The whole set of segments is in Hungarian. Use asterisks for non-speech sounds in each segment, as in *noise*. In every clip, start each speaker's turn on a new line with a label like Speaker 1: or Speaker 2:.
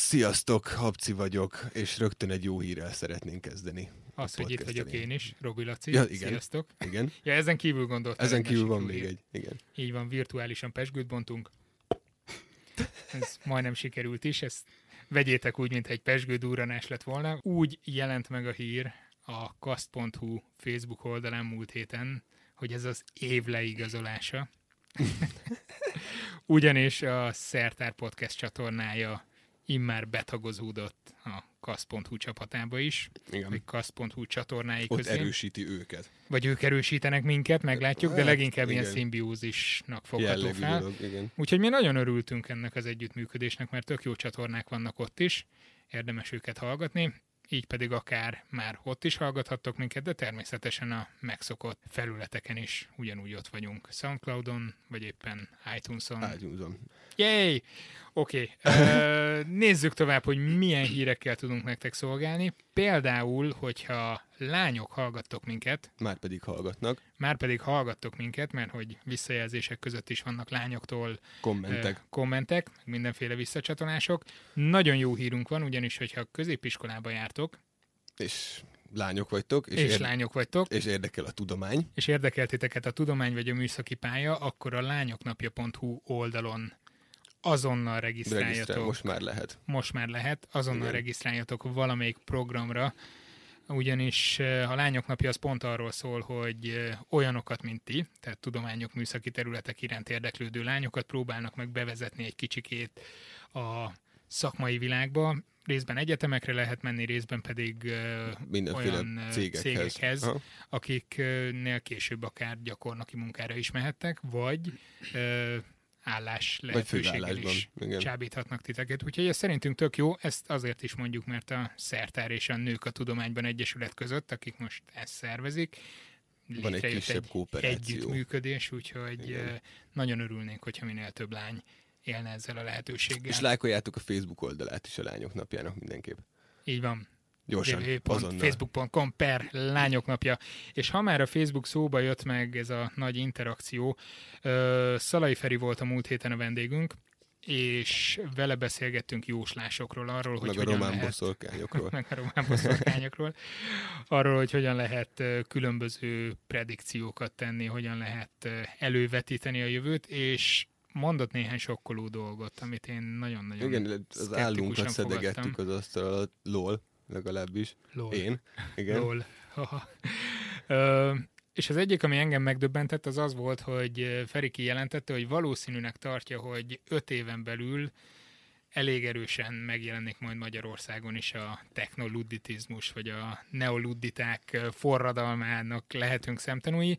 Speaker 1: Sziasztok, Habci vagyok, és rögtön egy jó hírrel szeretnénk kezdeni. a
Speaker 2: Az, hogy itt
Speaker 1: podcast
Speaker 2: vagyok
Speaker 1: elején.
Speaker 2: én is, Robi Laci,
Speaker 1: Ja,
Speaker 2: ja,
Speaker 1: igen.
Speaker 2: sziasztok.
Speaker 1: Igen,
Speaker 2: Ja, ezen kívül gondoltam.
Speaker 1: ezen
Speaker 2: egy
Speaker 1: kívül
Speaker 2: másik
Speaker 1: van
Speaker 2: jó
Speaker 1: még
Speaker 2: hír.
Speaker 1: egy. Igen.
Speaker 2: Így van, virtuálisan pesgőt bontunk. Ez majdnem sikerült is, ezt vegyétek úgy, mintha egy pesgő durranás lett volna. Úgy jelent meg a hír a kast.hu Facebook oldalán múlt héten, hogy ez az év leigazolása. *laughs* Ugyanis a Szertár Podcast csatornája immár betagozódott a kasz.hu csapatába is,
Speaker 1: Igen.
Speaker 2: vagy kasz.hu csatornái
Speaker 1: Hm. Ott
Speaker 2: közé
Speaker 1: erősíti őket.
Speaker 2: vagy ők erősítenek minket, meglátjuk, de
Speaker 1: Hát,
Speaker 2: leginkább ilyen
Speaker 1: igen.
Speaker 2: szimbiózisnak fogható
Speaker 1: Jellegű
Speaker 2: fel.
Speaker 1: dolog, igen.
Speaker 2: Úgyhogy mi nagyon örültünk ennek az együttműködésnek, mert tök jó csatornák vannak ott is, érdemes őket hallgatni, így pedig akár már ott is hallgathattok minket, de természetesen a megszokott felületeken is ugyanúgy ott vagyunk. Soundcloudon, vagy éppen iTunes-on.
Speaker 1: Ágyúzom.
Speaker 2: Yay! Oké,
Speaker 1: *laughs*
Speaker 2: okay. nézzük tovább, hogy milyen hírekkel tudunk nektek szolgálni. Például, hogyha lányok hallgattok minket,
Speaker 1: Már pedig hallgatnak,
Speaker 2: már pedig hallgattok minket, mert hogy visszajelzések között is vannak lányoktól
Speaker 1: kommentek.
Speaker 2: eh, kommentek, meg mindenféle visszacsatolások. Nagyon jó hírunk van, ugyanis, hogyha középiskolába jártok,
Speaker 1: És lányok vagytok, és,
Speaker 2: és, és
Speaker 1: érde-
Speaker 2: lányok vagytok,
Speaker 1: és érdekel a tudomány.
Speaker 2: és érdekeltiteket a tudomány vagy a műszaki pálya, akkor a lányoknapja.hu oldalon azonnal
Speaker 1: Regisztrál,
Speaker 2: regisztráljatok.
Speaker 1: most már lehet.
Speaker 2: most már lehet, azonnal
Speaker 1: Igen.
Speaker 2: Igen. regisztráljatok valamelyik programra, ugyanis eh, a Lányok Napja az pont arról szól, hogy eh, olyanokat, mint ti, tehát tudományok, műszaki területek iránt érdeklődő lányokat próbálnak meg bevezetni egy kicsikét a szakmai világba. Részben egyetemekre lehet menni, részben pedig eh,
Speaker 1: Mindenféle
Speaker 2: Olyan, ö,
Speaker 1: cégekhez.
Speaker 2: cégekhez.
Speaker 1: Aha.
Speaker 2: akiknél később akár gyakornoki munkára is mehettek, vagy ö, állás lehetőséggel
Speaker 1: főállásban,
Speaker 2: is
Speaker 1: igen.
Speaker 2: csábíthatnak titeket. Úgyhogy ez szerintünk tök jó, ezt azért is mondjuk, mert a Szertár és a Nők a Tudományban Egyesület között, akik most ezt szervezik,
Speaker 1: Van egy
Speaker 2: létrejött
Speaker 1: kisebb kooperáció.
Speaker 2: együttműködés, úgyhogy
Speaker 1: Igen.
Speaker 2: ö, nagyon örülnénk, hogyha minél több lány élne ezzel a lehetőséggel.
Speaker 1: És lájkoljátok a Facebook oldalát is a lányok napjának mindenképp.
Speaker 2: Így van.
Speaker 1: Gyorsan, azonnal.
Speaker 2: www.facebook.com per lányok napja. És ha már a Facebook szóba jött meg ez a nagy interakció, ö, Szalai Feri volt a múlt héten a vendégünk, és vele beszélgettünk jóslásokról, arról, hogy
Speaker 1: Meg a
Speaker 2: hogyan
Speaker 1: román
Speaker 2: lehet
Speaker 1: boszorkányokról.
Speaker 2: meg a *laughs* román boszorkányokról, arról, hogy hogyan lehet ö, különböző predikciókat tenni, hogyan lehet ö, elővetíteni a jövőt, és mondott néhány sokkoló dolgot, amit én nagyon-nagyon
Speaker 1: Igen, az
Speaker 2: szkeptikusan
Speaker 1: állunkat
Speaker 2: fogadtam.
Speaker 1: szedegettük az asztal alatt, lol, legalábbis.
Speaker 2: Lol.
Speaker 1: Én, igen.
Speaker 2: Lol. Ö, és az egyik, ami engem megdöbbentett, az az volt, hogy Feri kijelentette, hogy valószínűnek tartja, hogy öt éven belül elég erősen megjelenik majd Magyarországon is a technoludditizmus, vagy a neoludditák ö, forradalmának lehetünk szemtanúi.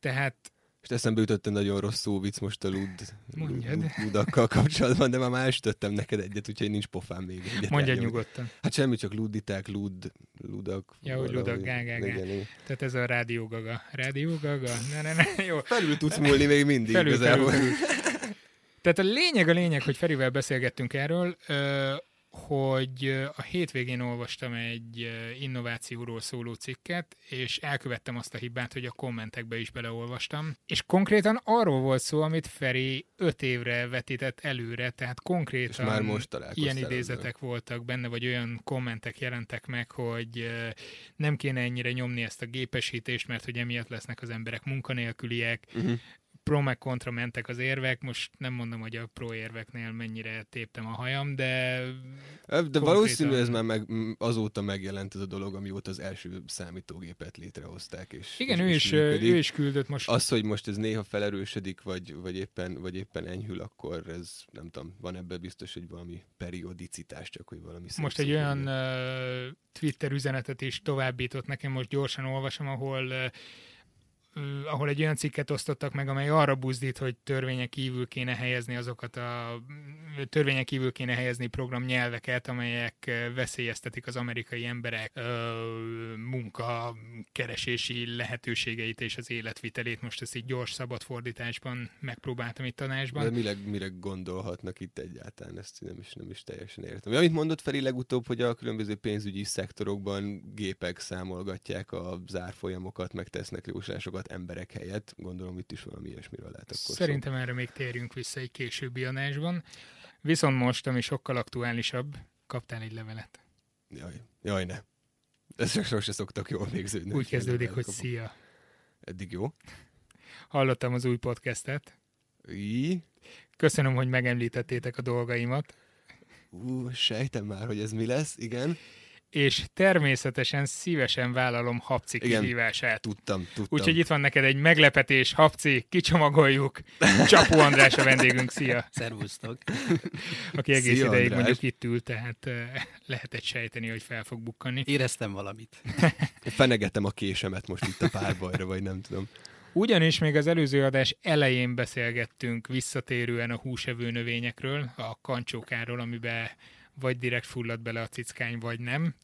Speaker 2: Tehát
Speaker 1: És eszembe jutott egy nagyon rossz szó vicc most a lud, lud,
Speaker 2: Mondjad.
Speaker 1: lud, ludakkal kapcsolatban, de már már ütöttem neked egyet, úgyhogy nincs pofám még egyet.
Speaker 2: mondja
Speaker 1: rányomni.
Speaker 2: nyugodtan.
Speaker 1: Hát semmi, csak luditák, lud, ludak.
Speaker 2: Ja, hogy
Speaker 1: valahogy.
Speaker 2: ludak, gá, gá, gá.
Speaker 1: Igen, igen.
Speaker 2: Tehát ez a rádiógaga. Rádiógaga? Ne, ne, ne, jó.
Speaker 1: Felül tudsz múlni még mindig
Speaker 2: Felül,
Speaker 1: igazából.
Speaker 2: felül, felül. Tehát a lényeg a lényeg, hogy Ferivel beszélgettünk erről, ö, hogy ö, a hétvégén olvastam egy ö, innovációról szóló cikket, és elkövettem azt a hibát, hogy a kommentekbe is beleolvastam. És konkrétan arról volt szó, amit Feri öt évre vetített előre, tehát
Speaker 1: És
Speaker 2: konkrétan
Speaker 1: már most találkoztál.
Speaker 2: ilyen
Speaker 1: azzal.
Speaker 2: idézetek voltak benne, vagy olyan kommentek jelentek meg, hogy ö, nem kéne ennyire nyomni ezt a gépesítést, mert hogy emiatt lesznek az emberek munkanélküliek,
Speaker 1: Mhm.
Speaker 2: pro meg kontra mentek az érvek, most nem mondom, hogy a pro érveknél mennyire téptem a hajam, de
Speaker 1: De
Speaker 2: Konkrétan.
Speaker 1: valószínű ez már meg, m, azóta megjelent ez a dolog, amióta az első számítógépet létrehozták. És,
Speaker 2: igen,
Speaker 1: és,
Speaker 2: ő
Speaker 1: és
Speaker 2: is, ö,
Speaker 1: működik.
Speaker 2: ő is küldött most.
Speaker 1: Az, hogy most ez néha felerősödik, vagy, vagy, éppen, vagy éppen enyhül, akkor ez nem tudom, van ebben biztos, hogy valami periodicitás, csak hogy valami szép
Speaker 2: Most egy
Speaker 1: szó
Speaker 2: olyan
Speaker 1: mondja.
Speaker 2: ö, Twitter üzenetet is továbbított nekem, most gyorsan olvasom, ahol ö, ö, ahol egy olyan cikket osztottak meg, amely arra buzdít, hogy törvények kívül kéne helyezni azokat a törvények kívül kéne helyezni programnyelveket, amelyek ö, veszélyeztetik az amerikai emberek ö, munka keresési lehetőségeit és az életvitelét. Most ezt így gyors, szabad fordításban megpróbáltam itt tanásban.
Speaker 1: De mire, mire gondolhatnak itt egyáltalán, ezt nem is, nem is teljesen értem. Amit mondott Feri legutóbb, hogy a különböző pénzügyi szektorokban gépek számolgatják a zárfolyamokat, meg tesznek jóslásokat emberek helyett, gondolom itt is valami ilyesmiről lehet Hát akkor szó.
Speaker 2: Szerintem erre még térjünk vissza egy későbbi adásban. Viszont most, ami sokkal aktuálisabb, kaptál egy levelet.
Speaker 1: Jaj, jaj ne. Ezek sose szoktak jól végződni.
Speaker 2: Úgy
Speaker 1: hogyha
Speaker 2: kezdődik,
Speaker 1: levelet
Speaker 2: hogy
Speaker 1: kapok.
Speaker 2: szia.
Speaker 1: Eddig jó.
Speaker 2: Hallottam az új podcastet.
Speaker 1: Í,
Speaker 2: Köszönöm, hogy megemlítettétek a dolgaimat.
Speaker 1: ú, sejtem már, hogy ez mi lesz, igen.
Speaker 2: És természetesen szívesen vállalom Habci
Speaker 1: Igen.
Speaker 2: kihívását.
Speaker 1: Tudtam, tudtam.
Speaker 2: Úgyhogy itt van neked egy meglepetés, Habci,
Speaker 1: *laughs*
Speaker 2: kicsomagoljuk. Csapó András a vendégünk, szia!
Speaker 3: Szervusztok.
Speaker 2: Aki egész
Speaker 1: Szia,
Speaker 2: ideig
Speaker 1: András.
Speaker 2: mondjuk itt ül, tehát eh, lehetett sejteni, hogy fel fog bukkanni.
Speaker 3: Éreztem valamit.
Speaker 1: Fenegetem a késemet most itt a párbajra, vagy nem tudom.
Speaker 2: Ugyanis még az előző adás elején beszélgettünk visszatérően a húsevő növényekről, a kancsókáról, amiben vagy direkt fullad bele a cickány, vagy nem.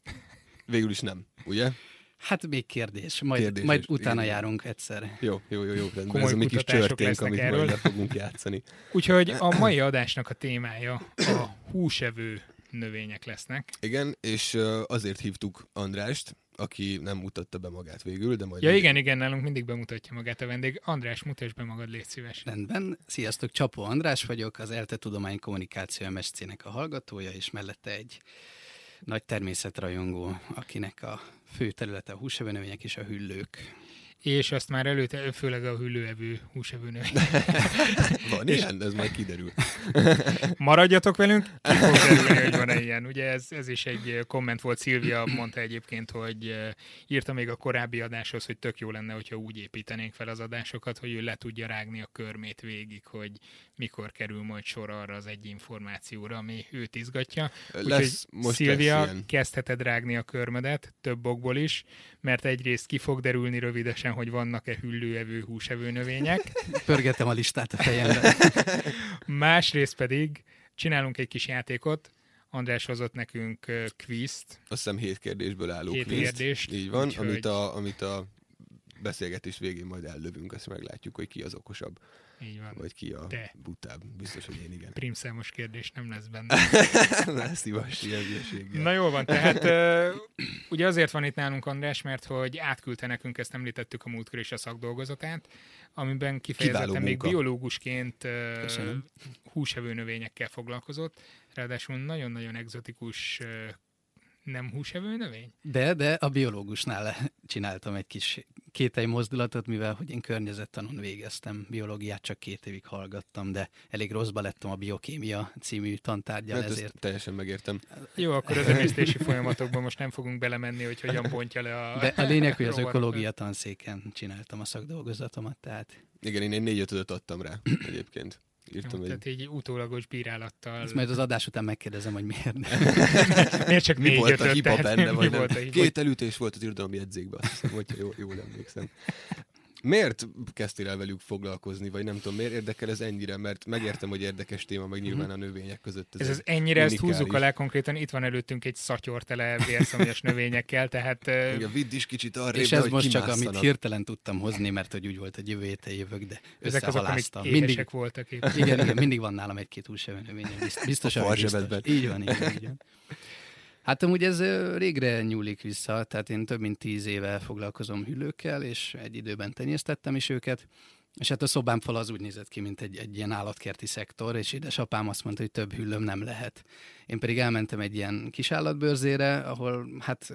Speaker 1: Végül is nem, ugye?
Speaker 3: Hát még kérdés, majd,
Speaker 1: Kérdés
Speaker 3: kérdés majd
Speaker 1: is,
Speaker 3: utána
Speaker 1: igen.
Speaker 3: járunk egyszer.
Speaker 1: Jó, jó, jó, jó. Rendben.
Speaker 2: Komoly
Speaker 1: Ez a mi kis
Speaker 2: kutatások
Speaker 1: csörténk,
Speaker 2: lesznek
Speaker 1: amit
Speaker 2: erről.
Speaker 1: majd le fogunk játszani.
Speaker 2: Úgyhogy a mai adásnak a témája a húsevő növények lesznek.
Speaker 1: Igen, és ö, azért hívtuk Andrást, aki nem mutatta be magát végül, de majd...
Speaker 2: Ja
Speaker 1: még-
Speaker 2: igen, igen, nálunk mindig bemutatja magát a vendég. András, mutasd be magad, légy szíves.
Speaker 3: Rendben. Sziasztok, Csapó András vagyok, az ELTE Tudomány Kommunikáció MSC-nek a hallgatója, és mellette egy nagy természetrajongó, akinek a fő területe a húsevőnövények és a hüllők.
Speaker 2: És azt már előtte, főleg a hüllőevő húsevő növény.
Speaker 1: *laughs* Van ilyen, ez majd kiderül.
Speaker 2: Maradjatok velünk, ki
Speaker 1: *laughs*
Speaker 2: fog derülni, hogy van-e ilyen. Ugye ez, ez is egy ö, komment volt, Szilvia mondta egyébként, hogy ö, írta még a korábbi adáshoz, hogy tök jó lenne, hogyha úgy építenénk fel az adásokat, hogy ő le tudja rágni a körmét végig, hogy mikor kerül majd sor arra az egy információra, ami őt izgatja.
Speaker 1: Lesz, most
Speaker 2: Szilvia,
Speaker 1: lesz ilyen.
Speaker 2: kezdheted rágni a körmedet, több okból is, mert egyrészt ki fog derülni rövidesen, hogy vannak-e hüllőevő, húsevő növények,
Speaker 3: Pörgetem a listát a fejemben.
Speaker 2: *laughs* Másrészt pedig csinálunk egy kis játékot. András hozott nekünk ö, quizt.
Speaker 1: Azt hiszem hét kérdésből álló
Speaker 2: Hét
Speaker 1: quizt.
Speaker 2: kérdést,
Speaker 1: Így van,
Speaker 2: úgyhogy-
Speaker 1: amit a, amit a beszélgetés végén majd ellövünk, azt meglátjuk, hogy ki az okosabb,
Speaker 2: Így van.
Speaker 1: vagy ki a
Speaker 2: Te.
Speaker 1: butább. Biztos, hogy én
Speaker 2: *laughs*
Speaker 1: igen.
Speaker 2: Prímszámos kérdés nem lesz
Speaker 1: *laughs*
Speaker 2: benne.
Speaker 1: Ne szívas ilyen hülyeséggel.
Speaker 2: Na jól van, tehát ö, ugye azért van itt nálunk András, mert hogy átküldte nekünk, ezt említettük a múltkor is a szakdolgozatát, amiben kifejezetten
Speaker 1: Kiváló
Speaker 2: még
Speaker 1: munka.
Speaker 2: biológusként ö,
Speaker 3: Köszönöm.
Speaker 2: húsevő növényekkel foglalkozott, ráadásul nagyon-nagyon egzotikus ö, nem húsevő növény?
Speaker 3: De, de a biológusnál csináltam egy kis kétei mozdulatot, mivel hogy én környezettanon végeztem, biológiát csak két évig hallgattam, de elég rosszba lettem a biokémia című tantárgyal,
Speaker 1: Hát
Speaker 3: ezért
Speaker 1: ezt teljesen megértem.
Speaker 2: Jó, akkor az emésztési folyamatokban most nem fogunk belemenni, hogy hogyan bontja le a...
Speaker 3: De a lényeg, hogy az
Speaker 2: rovarokat.
Speaker 3: ökológia tanszéken csináltam a szakdolgozatomat, tehát
Speaker 1: Igen, én egy négy ötödöt adtam rá egyébként. Írtam
Speaker 2: Jó,
Speaker 1: egy...
Speaker 2: Tehát így utólagos bírálattal.
Speaker 3: ezt majd az adás után megkérdezem, hogy miért.
Speaker 2: Miért csak
Speaker 1: Mi
Speaker 2: négy
Speaker 1: volt a
Speaker 2: ötöt,
Speaker 1: hiba
Speaker 2: tehát
Speaker 1: benne,
Speaker 2: mi
Speaker 1: vagy nem?
Speaker 2: volt a hiba?
Speaker 1: Két elütés volt az irodalom jegyzékben, azt hiszem, hogyha jól, jól emlékszem. Miért kezdtél el velük foglalkozni, vagy nem tudom, miért érdekel ez ennyire? Mert megértem, hogy érdekes téma, meg nyilván a növények között.
Speaker 2: Mhm. Ez az
Speaker 1: egy
Speaker 2: ennyire, ezt húzzuk
Speaker 1: unikális.
Speaker 2: alá konkrétan, itt van előttünk egy szatyor tele vérszomjas növényekkel, tehát ö,
Speaker 1: Igen, vidd is kicsit arra,
Speaker 3: *laughs* És ez most csak, amit hirtelen tudtam hozni, mert hogy úgy volt, hogy jövő héten jövök, de
Speaker 2: ezek azok, amik
Speaker 3: összehaláztam. Mindig,
Speaker 2: éhesek
Speaker 1: *laughs*
Speaker 2: voltak épp.
Speaker 3: igen, igen, mindig van nálam egy-két húsevőnövényem, bizt- biztosan.
Speaker 1: A
Speaker 3: hogy biztos.
Speaker 1: farzsebedben.
Speaker 3: Így van, így van, így van. Hát amúgy ez ö, régre nyúlik vissza, tehát én több mint tíz éve foglalkozom hüllőkkel, és egy időben tenyésztettem is őket, és hát a szobám fal az úgy nézett ki, mint egy, egy ilyen állatkerti szektor, és édesapám azt mondta, hogy több hüllőm nem lehet. Én pedig elmentem egy ilyen kis állatbőrzére, ahol hát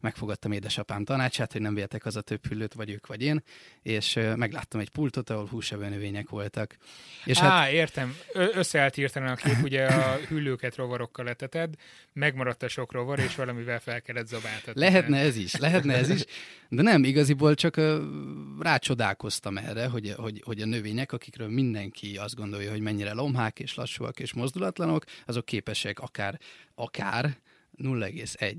Speaker 3: megfogadtam édesapám tanácsát, hogy nem vihetek haza több hüllőt, vagy ők, vagy én, és ö, megláttam egy pultot, ahol húsevő növények voltak. És
Speaker 2: És
Speaker 3: hát
Speaker 2: Á, értem. Ö- összeállt hirtelen a kép, ugye a hüllőket rovarokkal leteted, megmaradt a sok rovar, és valamivel fel kellett zabáltatni.
Speaker 3: Lehetne ez is, lehetne ez is, de nem, igaziból csak ö, rácsodálkoztam erre, hogy, hogy, hogy a növények, akikről mindenki azt gondolja, hogy mennyire lomhák és lassúak és mozdulatlanok, azok képesek akár, akár 0,1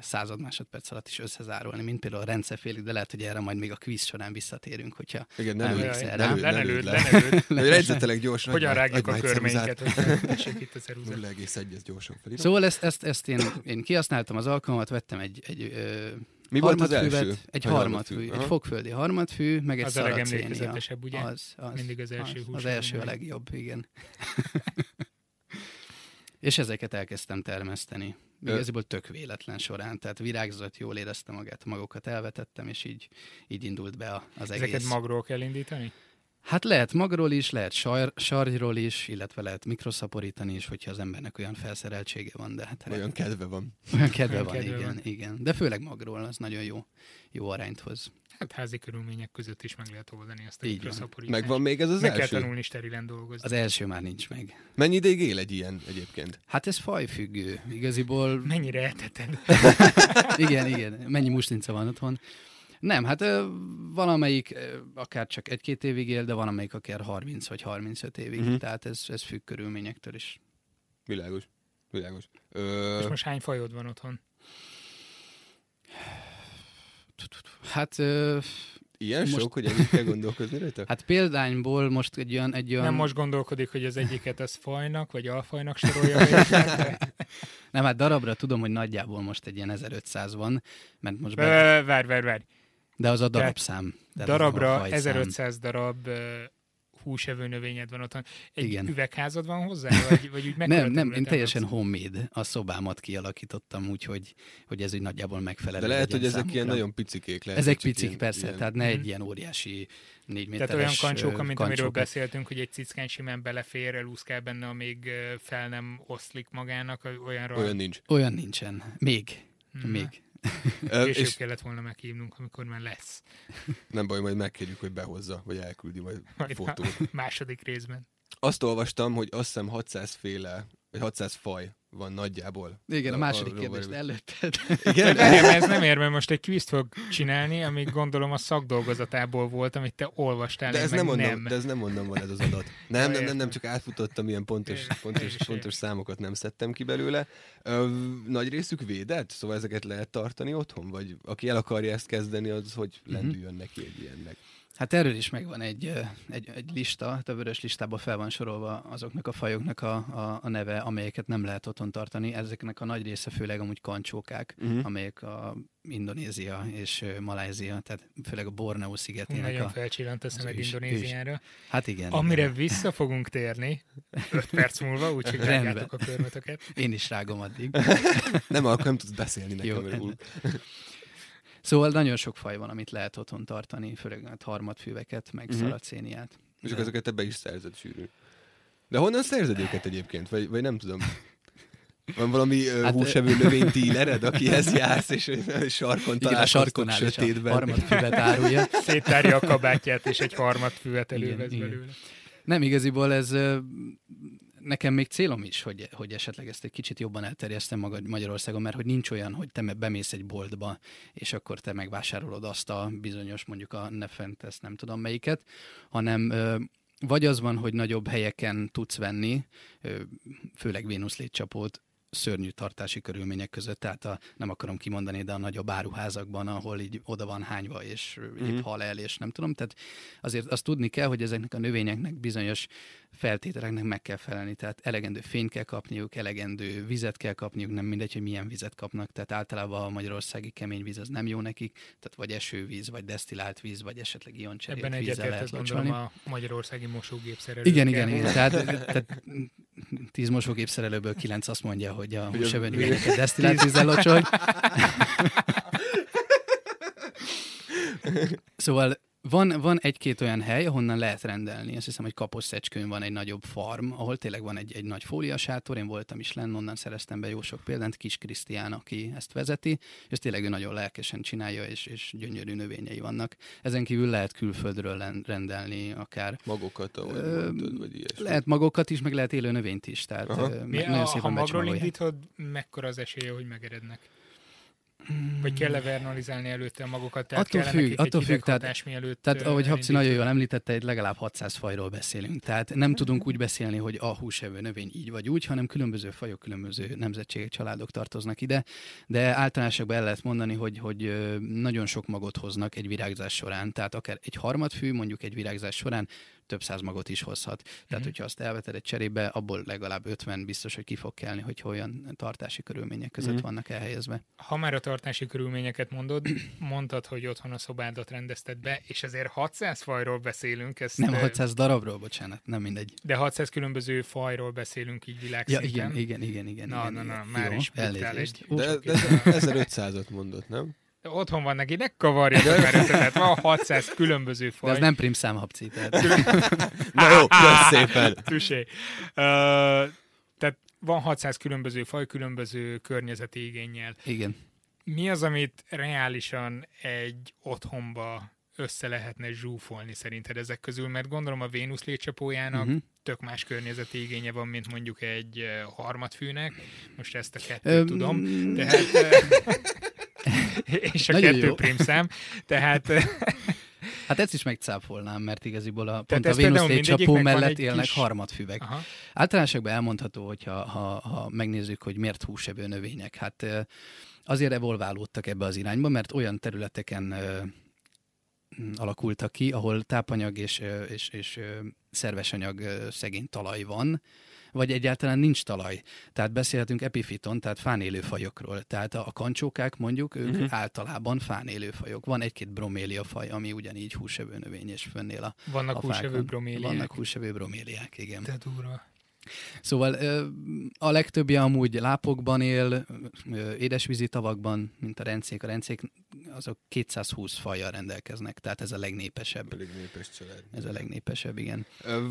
Speaker 3: század másodperc alatt is összezárulni, mint például a rendszerfélig, de lehet, hogy erre majd még a quiz során visszatérünk, hogyha
Speaker 1: Igen, ne
Speaker 3: Nem,
Speaker 1: lőd,
Speaker 2: Jaj,
Speaker 3: emlékszel
Speaker 1: ne
Speaker 3: rá.
Speaker 1: lőd, ne lőd, le.
Speaker 2: lenelőd.
Speaker 1: Hogy Jegyzetelek gyorsan.
Speaker 2: Hogyan
Speaker 1: adj már-
Speaker 2: rágjuk a
Speaker 1: adj már egy
Speaker 2: körmeinket,
Speaker 1: ceruzát.
Speaker 2: hogy tessék itt a
Speaker 3: *laughs*
Speaker 2: ceruzát.
Speaker 1: 0,1-et gyorsan felírom.
Speaker 3: Szóval ezt, ezt, ezt én, én kihasználtam az alkalmat, vettem egy, egy ö,
Speaker 1: Mi volt az
Speaker 3: harmadfűvet,
Speaker 1: első?
Speaker 3: Egy
Speaker 1: Vagy
Speaker 3: harmadfű, egy
Speaker 1: Aha.
Speaker 3: fogföldi harmadfű, meg egy
Speaker 2: Az a
Speaker 3: szaracénia.
Speaker 2: legemlékezetesebb, ugye?
Speaker 3: Az, az,
Speaker 2: Mindig az első
Speaker 3: az,
Speaker 2: hús.
Speaker 3: az első a legjobb, igen. *laughs* és ezeket elkezdtem termeszteni.
Speaker 1: Ö-
Speaker 3: Igazából tök véletlen során, tehát virágzott, jól éreztem magát, magokat elvetettem, és így, így indult be a- az egész.
Speaker 2: Ezeket magról kell indítani?
Speaker 3: Hát lehet magról is, lehet sar, sarjról is, illetve lehet mikroszaporítani is, hogyha az embernek olyan felszereltsége van, de hát
Speaker 1: Olyan kedve van.
Speaker 3: *laughs* olyan kedve
Speaker 2: olyan
Speaker 3: van,
Speaker 2: kedve
Speaker 3: igen,
Speaker 2: van.
Speaker 3: igen. De főleg magról, az nagyon jó, jó arányt hoz.
Speaker 2: Hát házi körülmények között is meg lehet oldani ezt a
Speaker 3: Így van.
Speaker 2: mikroszaporítást.
Speaker 1: Megvan még ez az
Speaker 2: Meg kell
Speaker 1: első?
Speaker 2: tanulni sterilen dolgozni.
Speaker 3: Az első már nincs meg.
Speaker 1: Mennyi ideig él egy ilyen egyébként?
Speaker 3: Hát ez fajfüggő. Igaziból
Speaker 2: Mennyire eteted?
Speaker 3: *laughs* Igen, igen. Mennyi muslinca van otthon? Nem, hát ö, valamelyik ö, akár csak egy-két évig él, de van amelyik akár 30 vagy 35 évig.
Speaker 1: Mhm.
Speaker 3: Uh-huh. Tehát ez, ez függ körülményektől is.
Speaker 1: Világos. Világos.
Speaker 2: És
Speaker 1: Ö,
Speaker 2: most hány fajod van otthon?
Speaker 3: Hát, ö,
Speaker 1: ilyen
Speaker 3: most-
Speaker 1: sok, hogy ennyit kell gondolkozni rajta?
Speaker 3: hát példányból most egy olyan... Egy olyan
Speaker 2: Nem most gondolkodik, hogy az egyiket az fajnak, vagy alfajnak sorolja. vagy
Speaker 3: *laughs*
Speaker 2: esetleg?
Speaker 3: nem, hát darabra tudom, hogy nagyjából most egy ilyen 1500 van, mert most be,
Speaker 2: Ö, Várj, várj, várj.
Speaker 3: de az a
Speaker 2: tehát
Speaker 3: darabszám. Tehát az a
Speaker 2: Darabra
Speaker 3: fajszám.
Speaker 2: 1500 darab ö, húsevő növényed van otthon. Egy
Speaker 3: Igen.
Speaker 2: üvegházad van hozzá? Vagy, vagy úgy mekkora
Speaker 3: Nem, nem, én
Speaker 2: területen
Speaker 3: teljesen
Speaker 2: laksz?
Speaker 3: homemade a szobámat kialakítottam, úgyhogy hogy ez úgy nagyjából megfelelő.
Speaker 1: De lehet,
Speaker 3: legyen
Speaker 1: hogy ezek
Speaker 3: számukra.
Speaker 1: ilyen nagyon picikék. Lehet,
Speaker 3: Ezek
Speaker 1: hogy csak
Speaker 3: picik,
Speaker 1: ilyen-
Speaker 3: persze,
Speaker 1: ilyen-
Speaker 3: tehát ne egy
Speaker 2: Mhm.
Speaker 3: ilyen óriási négy méteres
Speaker 2: Tehát olyan kancsók,
Speaker 3: ö,
Speaker 2: mint amiről
Speaker 3: kancsók.
Speaker 2: beszéltünk, hogy egy cickán simán belefér, elúszkál benne, amíg ö, fel nem oszlik magának, ö, olyanra
Speaker 1: Olyan nincs.
Speaker 3: Olyan nincsen. Még.
Speaker 2: Mhm.
Speaker 3: Még.
Speaker 1: Ö,
Speaker 2: később
Speaker 1: és
Speaker 2: kellett volna meghívnunk, amikor már
Speaker 3: *laughs*
Speaker 2: lesz.
Speaker 1: nem baj, majd megkérjük, hogy behozza, vagy elküldi majd
Speaker 2: Majd
Speaker 1: fotót.
Speaker 3: *laughs*
Speaker 2: a második részben.
Speaker 1: Azt olvastam, hogy azt hiszem 600 féle, vagy 600 faj van nagyjából.
Speaker 3: Igen, a
Speaker 1: Ar-
Speaker 3: második
Speaker 1: arról
Speaker 3: kérdést
Speaker 1: valami-
Speaker 3: előtted.
Speaker 1: Igen?
Speaker 2: Nem, ez nem ér, mert most egy quizt fog csinálni, ami gondolom a szakdolgozatából volt, amit te olvastál,
Speaker 3: Hát
Speaker 1: De
Speaker 2: én
Speaker 1: ez
Speaker 2: meg
Speaker 1: nem, onnan,
Speaker 2: nem.
Speaker 1: de ez nem onnan van ez az
Speaker 3: *laughs*
Speaker 1: adat. Nem, nem, nem, nem,
Speaker 2: értem.
Speaker 1: csak átfutottam, ilyen pontos,
Speaker 2: Én- én
Speaker 1: pontos,
Speaker 2: is értem.
Speaker 1: pontos számokat nem szedtem ki belőle. Ö, nagy részük védett, szóval ezeket lehet tartani otthon, vagy aki el akarja ezt kezdeni, az hogy
Speaker 3: Mhm.
Speaker 1: lendüljön neki egy ilyennek.
Speaker 3: *laughs* Hát erről is megvan egy, ö, egy, egy lista, a vörös listában fel van sorolva azoknak a fajoknak a, a, a neve, amelyeket nem lehet otthon tartani. Ezeknek a nagy része főleg amúgy kancsókák,
Speaker 1: Mhm.
Speaker 3: amelyek a Indonézia és ö, Malázia, tehát főleg a Borneo szigetének
Speaker 2: Nagyon
Speaker 3: a...
Speaker 2: felcsillant a szemed
Speaker 3: ő is- ő is.
Speaker 2: Indonéziára.
Speaker 3: Hát igen.
Speaker 2: Amire
Speaker 3: igen.
Speaker 2: vissza fogunk térni, 5 perc múlva, úgyhogy
Speaker 3: Rendben.
Speaker 2: rágjátok a körmötöket.
Speaker 3: Én is rágom addig.
Speaker 1: Nem, akkor nem tudsz beszélni
Speaker 3: Jó,
Speaker 1: nekem. mert
Speaker 3: rendben.
Speaker 1: úr.
Speaker 3: Szóval nagyon sok faj van, amit lehet otthon tartani, főleg a harmadfűveket, meg
Speaker 1: Mhm.
Speaker 3: uh-huh. szalacéniát.
Speaker 1: És
Speaker 3: De-
Speaker 1: akkor ezeket te be is szerzed sűrűn. De honnan szerzed őket egyébként? Vagy, vagy nem tudom. Van valami hát,
Speaker 3: Hát, ö- *laughs*
Speaker 1: húsevő növénydílered, akihez jársz, és sarkon
Speaker 3: Igen, a sarkon
Speaker 1: találkoztok
Speaker 3: áll és a
Speaker 1: sötétben. *laughs*
Speaker 3: harmadfüvet árulja.
Speaker 2: Széttárja a kabátját, és egy harmad füvet
Speaker 3: Igen,
Speaker 2: elővesz
Speaker 3: igen.
Speaker 2: belőle.
Speaker 3: Nem, igaziból ez ö, nekem még célom is, hogy, hogy esetleg ezt egy kicsit jobban elterjesztem magad Magyarországon, mert hogy nincs olyan, hogy te me- bemész egy boltba, és akkor te megvásárolod azt a bizonyos, mondjuk a Nefent, ezt nem tudom melyiket, hanem ö, vagy az van, hogy nagyobb helyeken tudsz venni, ö, főleg Vénusz létcsapót, szörnyű tartási körülmények között, tehát a, nem akarom kimondani, de a nagyobb áruházakban, ahol így oda van hányva, és mm.
Speaker 1: Mhm.
Speaker 3: épp hal el, és nem tudom, tehát azért azt tudni kell, hogy ezeknek a növényeknek bizonyos feltételeknek meg kell felelni, tehát elegendő fényt kell kapniuk, elegendő vizet kell kapniuk, nem mindegy, hogy milyen vizet kapnak, tehát általában a magyarországi kemény víz az nem jó nekik, tehát vagy esővíz, vagy desztillált víz, vagy esetleg
Speaker 2: Ebben
Speaker 3: ioncserélt vízzel
Speaker 2: egyetért
Speaker 3: lehet
Speaker 2: gondolom
Speaker 3: locsolni.
Speaker 2: a magyarországi mosógépszerelőkkel.
Speaker 3: Igen, igen, igen. Tehát, tehát tíz mosógépszerelőből kilenc azt mondja, hogy a
Speaker 1: Hogy a-
Speaker 3: húsevőnövényeket desztillált vízzel locsolj. Szóval van, van egy-két olyan hely, ahonnan lehet rendelni. Azt hiszem, hogy Kaposzecskőn van egy nagyobb farm, ahol tényleg van egy, egy nagy fóliasátor. Én voltam is lenn, onnan szereztem be jó sok példányt. Kis Krisztián, aki ezt vezeti, és tényleg ő nagyon lelkesen csinálja, és, és gyönyörű növényei vannak. Ezen kívül lehet külföldről len- rendelni, akár
Speaker 1: Magokat, ahogy
Speaker 3: Ö,
Speaker 1: mondtad, vagy ilyesmi.
Speaker 3: lehet magokat is, meg lehet élő növényt is. Tehát
Speaker 1: Aha.
Speaker 3: ö, me-
Speaker 2: Mi,
Speaker 3: nagyon
Speaker 2: a, ha
Speaker 3: szépen
Speaker 2: magról
Speaker 3: becsomagolják.
Speaker 2: indítod, mekkora az esélye, hogy megerednek? Vagy kell levernalizálni előtte a magokat? Tehát
Speaker 3: Attól
Speaker 2: attól
Speaker 3: függ,
Speaker 2: függ, egy
Speaker 3: attól
Speaker 2: attól
Speaker 3: függ, tehát-
Speaker 2: hatás, mielőtt
Speaker 3: Tehát
Speaker 2: ö,
Speaker 3: ahogy Habci
Speaker 2: elindítod?
Speaker 3: nagyon jól említette, egy legalább 600 fajról beszélünk. Tehát nem tudunk úgy beszélni, hogy a húsevő növény így vagy úgy, hanem különböző fajok, különböző nemzetségek, családok tartoznak ide. De általánosakban el lehet mondani, hogy, hogy ö, nagyon sok magot hoznak egy virágzás során. Tehát akár egy harmadfű mondjuk egy virágzás során több száz magot is hozhat. Tehát,
Speaker 2: Mhm.
Speaker 3: hogyha azt elveted egy cserébe, abból legalább 50 biztos, hogy ki fog kelni, hogy olyan tartási körülmények között
Speaker 1: Mhm.
Speaker 3: vannak elhelyezve.
Speaker 2: Ha már a tartási körülményeket mondod, *clears throat* mondtad, hogy otthon a szobádat rendezted be, és azért 600 fajról beszélünk, ezt,
Speaker 3: Nem
Speaker 2: ö,
Speaker 3: 600 darabról, bocsánat, nem mindegy.
Speaker 2: de 600 különböző fajról beszélünk így
Speaker 3: Ja,
Speaker 2: világszinten.
Speaker 3: igen, igen, igen, igen.
Speaker 2: Na,
Speaker 3: igen,
Speaker 2: na, na,
Speaker 3: igen.
Speaker 2: már
Speaker 3: Jó,
Speaker 2: is buktál
Speaker 3: elnézést.
Speaker 2: egy-
Speaker 3: Ú,
Speaker 1: De,
Speaker 2: sok
Speaker 1: de ez- 1500-at mondott, nem?
Speaker 2: Otthon van neki, ne kavarja be már ötletet. Van 600 különböző
Speaker 3: De
Speaker 2: faj.
Speaker 3: ez nem primszám habci,
Speaker 2: *laughs*
Speaker 3: tehát
Speaker 1: Na jó, kösz szépen.
Speaker 2: Tüsé. Ö, tehát van 600 különböző faj, különböző környezeti igényel.
Speaker 3: igen.
Speaker 2: Mi az, amit reálisan egy otthonba össze lehetne zsúfolni szerinted ezek közül? Mert gondolom a Vénusz létcsapójának
Speaker 3: Mhm.
Speaker 2: tök más környezeti igénye van, mint mondjuk egy ö, harmadfűnek. Most ezt a kettőt
Speaker 3: Öm, *laughs*
Speaker 2: tudom. Tehát, ö, *laughs* és a
Speaker 3: Nagyon
Speaker 2: kettő
Speaker 3: jó.
Speaker 2: prímszám. Tehát
Speaker 3: *laughs*
Speaker 2: ö,
Speaker 3: Hát ezt is megcáfolnám, mert igaziból a,
Speaker 2: Tehát
Speaker 3: pont a
Speaker 2: ez
Speaker 3: Vénusz
Speaker 2: például
Speaker 3: létcsapó
Speaker 2: mindegyiknek van
Speaker 3: mellett
Speaker 2: egy
Speaker 3: élnek
Speaker 2: kis-
Speaker 3: harmadfüvek.
Speaker 2: aha,
Speaker 3: Általánosakban elmondható, hogyha ha, ha megnézzük, hogy miért húsevő növények. Hát ö, azért evolválódtak ebbe az irányba, mert olyan területeken ö, m, alakultak ki, ahol tápanyag és, ö, és, és ö, szerves anyag ö, szegény talaj van, vagy egyáltalán nincs talaj. Tehát beszélhetünk epifiton, tehát fán élő fajokról. Tehát a, a kancsókák mondjuk, ők
Speaker 1: Mhm.
Speaker 3: uh-huh. általában fán élő fajok. Van egy-két bromélia faj, ami ugyanígy húsevő növény, és fönnél a,
Speaker 2: vannak
Speaker 3: a
Speaker 2: húsevő
Speaker 3: fákon.
Speaker 2: broméliák.
Speaker 3: Vannak húsevő broméliák, igen.
Speaker 2: De durva.
Speaker 3: Szóval ö, a legtöbbje amúgy lápokban él, ö, édesvízi tavakban, mint a rencék. A rencék azok 220 fajjal rendelkeznek, tehát ez a legnépesebb.
Speaker 1: Elég népes család.
Speaker 3: Ez a legnépesebb, igen.
Speaker 1: Ö,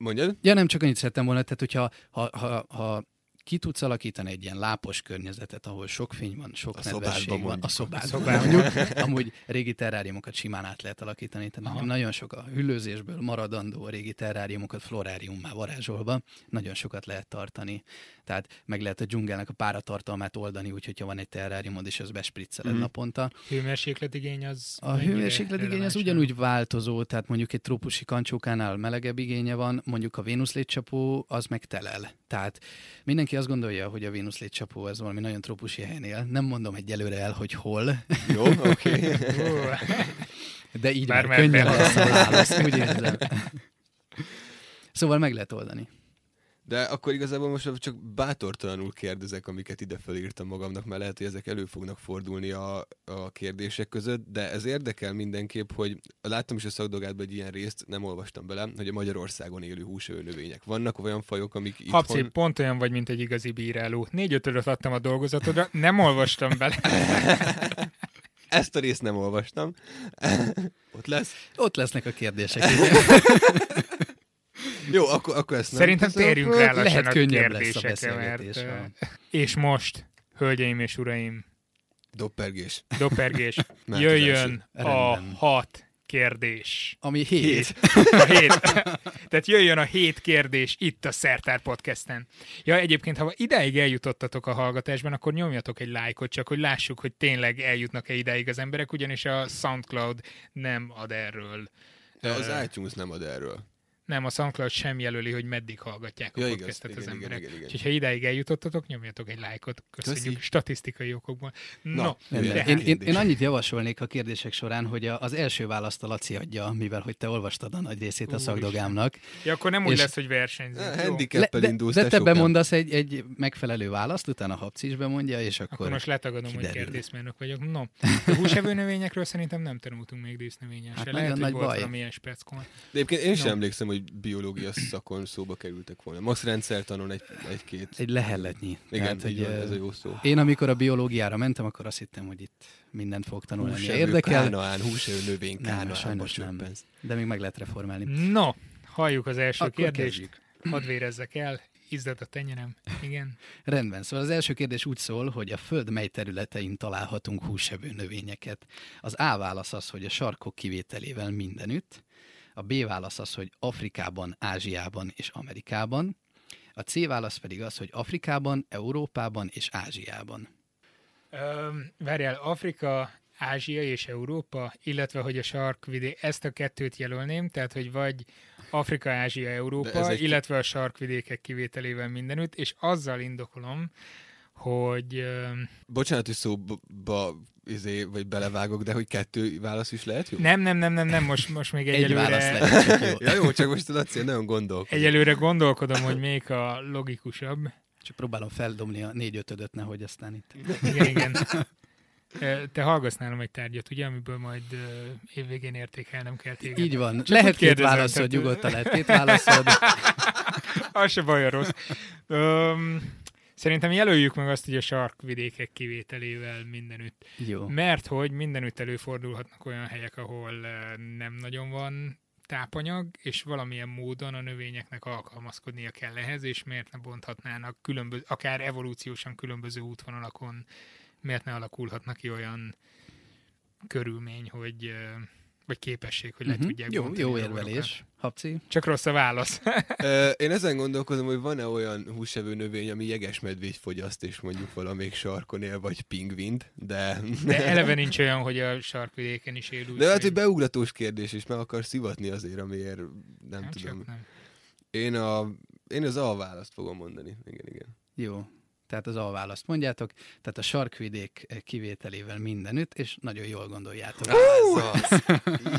Speaker 1: Mondjad?
Speaker 3: Ja, nem csak annyit szerettem volna, tehát hogyha ha, ha, ha ki tudsz alakítani egy ilyen lápos környezetet, ahol sok fény van, sok
Speaker 1: A szobádban
Speaker 3: nedvesség van,
Speaker 1: mondjuk.
Speaker 3: a szobában,
Speaker 2: Szobában.
Speaker 3: mondjuk, *laughs* amúgy régi terráriumokat simán át lehet alakítani, tehát
Speaker 2: Aha.
Speaker 3: Aha. nagyon sok a hüllőzésből maradandó a régi terráriumokat floráriummá varázsolva, nagyon sokat lehet tartani. Tehát meg lehet a dzsungelnek a páratartalmát oldani, úgy, hogyha van egy terráriumod, és az bespritzeled
Speaker 1: Mhm.
Speaker 3: mm. naponta.
Speaker 2: Hőmérsékletigény az...
Speaker 3: A
Speaker 2: mennyire
Speaker 3: hőmérsékletigény az
Speaker 2: releváns?
Speaker 3: ugyanúgy változó, tehát mondjuk egy trópusi kancsókánál melegebb igénye van, mondjuk a Vénusz létcsapó az meg telel. Tehát mindenki azt gondolja, hogy a Vénusz létcsapó az valami nagyon trópusi helynél. Nem mondom egyelőre el, hogy hol,
Speaker 1: Jó, oké.
Speaker 2: Ó,
Speaker 3: de így
Speaker 2: Bár
Speaker 3: már
Speaker 2: mert-
Speaker 3: könnyen
Speaker 2: mert-
Speaker 3: lesz a válasz, úgy érzem. Szóval meg lehet oldani.
Speaker 1: De akkor igazából most csak bátortalanul kérdezek, amiket ide fölírtam magamnak, mert lehet, hogy ezek elő fognak fordulni a, a kérdések között, de ez érdekel mindenképp, hogy láttam is a szakdogádban egy ilyen részt, nem olvastam bele, hogy a Magyarországon élő húsevő növények. Vannak olyan fajok, amik itthon...
Speaker 2: Habci, pont olyan vagy, mint egy igazi bíráló. Négy ötödöt adtam a dolgozatodra, nem olvastam bele.
Speaker 1: Ezt a részt nem olvastam. *laughs* Ott lesz.
Speaker 3: Ott lesznek a kérdések.
Speaker 1: Jó, akkor, akkor ezt nem.
Speaker 2: Szerintem
Speaker 1: teszem
Speaker 2: *laughs* térjünk
Speaker 1: föl.
Speaker 2: rá lassan
Speaker 3: Lehet
Speaker 2: a
Speaker 3: könnyebb lesz a
Speaker 2: kérdésekre,
Speaker 3: beszélgetés.
Speaker 2: mert... ö,
Speaker 3: ha-
Speaker 2: És most, hölgyeim és uraim,
Speaker 1: Doppergés.
Speaker 2: dopergés,
Speaker 1: Mert
Speaker 2: jöjjön
Speaker 3: az
Speaker 2: a
Speaker 3: Rendben.
Speaker 2: hat kérdés.
Speaker 3: Ami hét. *laughs*
Speaker 2: A hét. Tehát jöjjön a hét kérdés itt a Szertár Podcasten. Ja, egyébként, ha ideig eljutottatok a hallgatásban, akkor nyomjatok egy lájkot, csak hogy lássuk, hogy tényleg eljutnak-e ideig az emberek, ugyanis a SoundCloud nem ad erről.
Speaker 1: De az
Speaker 2: Ö,
Speaker 1: iTunes nem ad erről.
Speaker 2: Nem, a SoundCloud sem jelöli, hogy meddig hallgatják a
Speaker 1: Ja, igaz.
Speaker 2: podcastet
Speaker 1: Igen,
Speaker 2: az
Speaker 1: igen,
Speaker 2: emberek.
Speaker 1: igen, igen.
Speaker 2: Úgyhogy ha ideig eljutottatok, nyomjatok egy lájkot. Köszönjük
Speaker 1: Köszi.
Speaker 2: statisztikai okokból. No,
Speaker 1: Na,
Speaker 3: Rendben.
Speaker 1: jöjjön.
Speaker 2: de-
Speaker 3: Én,
Speaker 1: Tehát-
Speaker 3: én, én annyit javasolnék a kérdések során, hogy a- az első választ a Laci adja, mivel hogy te olvastad a nagy részét a
Speaker 2: Úristen.
Speaker 3: szakdogámnak.
Speaker 2: ja, akkor nem úgy
Speaker 3: és-
Speaker 2: lesz, hogy
Speaker 1: Eh,
Speaker 2: versenyzünk. Jó?
Speaker 3: Le,
Speaker 1: Handicap-el
Speaker 3: de,
Speaker 1: indulsz,
Speaker 3: de te
Speaker 1: tesókám.
Speaker 3: bemondasz egy, egy megfelelő választ, utána a Habci is bemondja, és akkor...
Speaker 2: Akkor most letagadom, hogy
Speaker 3: kiderül.
Speaker 2: kertészmérnök vagyok. No, a húsevő növényekről szerintem nem tanultunk még dísznövényen
Speaker 3: Hát
Speaker 2: se.
Speaker 3: nagyon
Speaker 2: Lehet, hogy
Speaker 3: nagy
Speaker 2: volt
Speaker 3: baj.
Speaker 2: valami ilyen speckon.
Speaker 1: De egyébként én sem
Speaker 2: No.
Speaker 1: emlékszem, hogy biológia szakon szóba kerültek volna. Max rendszertanon egy, egy-két.
Speaker 3: Egy lehelletnyi.
Speaker 1: Igen,
Speaker 3: hogy,
Speaker 1: így van,
Speaker 3: ö,
Speaker 1: ez a jó szó.
Speaker 3: Én amikor a biológiára mentem, akkor azt hittem, hogy itt mindent fog tanulni, ami
Speaker 1: Húsevő
Speaker 3: érdekel,
Speaker 1: Kánaán, húsevő növény
Speaker 3: Nem,
Speaker 1: Kánaánba
Speaker 3: sajnos nem.
Speaker 1: csöppensz.
Speaker 3: de még meg lehet reformálni.
Speaker 2: No, halljuk az első
Speaker 3: Akkor
Speaker 2: kérdést.
Speaker 3: kezdjük.
Speaker 2: Hadd vérezzek el. Izzad a tenyerem. Igen.
Speaker 3: Rendben, szóval az első kérdés úgy szól, hogy a Föld mely területein találhatunk húsevő növényeket. Az A válasz az, hogy a sarkok kivételével mindenütt. A B válasz az, hogy Afrikában, Ázsiában és Amerikában. A C válasz pedig az, hogy Afrikában, Európában és Ázsiában.
Speaker 2: Öm, várjál, Afrika, Ázsia és Európa, illetve hogy a sarkvidék, ezt a kettőt jelölném, tehát hogy vagy Afrika, Ázsia,
Speaker 1: De ez
Speaker 2: Európa,
Speaker 1: egy-
Speaker 2: illetve a sarkvidékek kivételével mindenütt, és azzal indokolom, hogy öm,
Speaker 1: Bocsánat, hogy szóba izé, vagy belevágok, de hogy kettő válasz is lehet jó?
Speaker 2: nem, nem, nem, nem, nem, most, most még
Speaker 3: Egy
Speaker 2: egyelőre...
Speaker 3: válasz lehet. csak
Speaker 2: *laughs*
Speaker 3: jó.
Speaker 1: Ja, jó, csak most a Laci nagyon gondolkodik.
Speaker 2: Egyelőre gondolkodom, hogy melyik a logikusabb.
Speaker 3: Csak próbálom feldomni a négy ötödöt, nehogy aztán itt.
Speaker 2: Igen, igen. Ö, Te hallgatsz nálam egy tárgyat, ugye, amiből majd ö, évvégén értékelnem kell téged.
Speaker 3: Így van. lehet két
Speaker 2: kérdezem,
Speaker 3: válaszod,
Speaker 2: tehát- *laughs*
Speaker 3: nyugodtan lehet két válaszod.
Speaker 2: Az se baj a rossz. Öm, Szerintem jelöljük meg azt, hogy a sarkvidékek kivételével mindenütt.
Speaker 3: Jó.
Speaker 2: Mert hogy mindenütt előfordulhatnak olyan helyek, ahol eh, nem nagyon van tápanyag, és valamilyen módon a növényeknek alkalmazkodnia kell ehhez, és miért ne bonthatnának különböző, akár evolúciósan különböző útvonalakon, miért ne alakulhatnak ki olyan körülmény, hogy eh, vagy képesség, hogy le
Speaker 3: Mhm.
Speaker 2: tudják
Speaker 3: Jó,
Speaker 2: bontani
Speaker 3: jó
Speaker 2: a dolgokat.
Speaker 3: érvelés. Habci?
Speaker 2: Csak rossz a
Speaker 3: *laughs*
Speaker 2: válasz. *laughs*
Speaker 1: Ö, Én ezen gondolkozom, hogy van-e olyan húsevő növény, ami jeges medvégy fogyaszt, és mondjuk valamelyik sarkon él, vagy pingvint, de...
Speaker 2: De eleve nincs olyan, hogy a sarkvidéken is él úgy,
Speaker 1: De hát,
Speaker 2: hogy-
Speaker 1: hogy beugratós kérdés, és meg akar szivatni azért, amiért nem
Speaker 2: Hát
Speaker 1: tudom.
Speaker 2: csak nem.
Speaker 1: Én, a, én az A választ fogom mondani. Igen, igen.
Speaker 3: Jó. Tehát az A választ mondjátok. Tehát a sarkvidék eh, kivételével mindenütt, és nagyon jól gondoljátok.
Speaker 1: Ez az.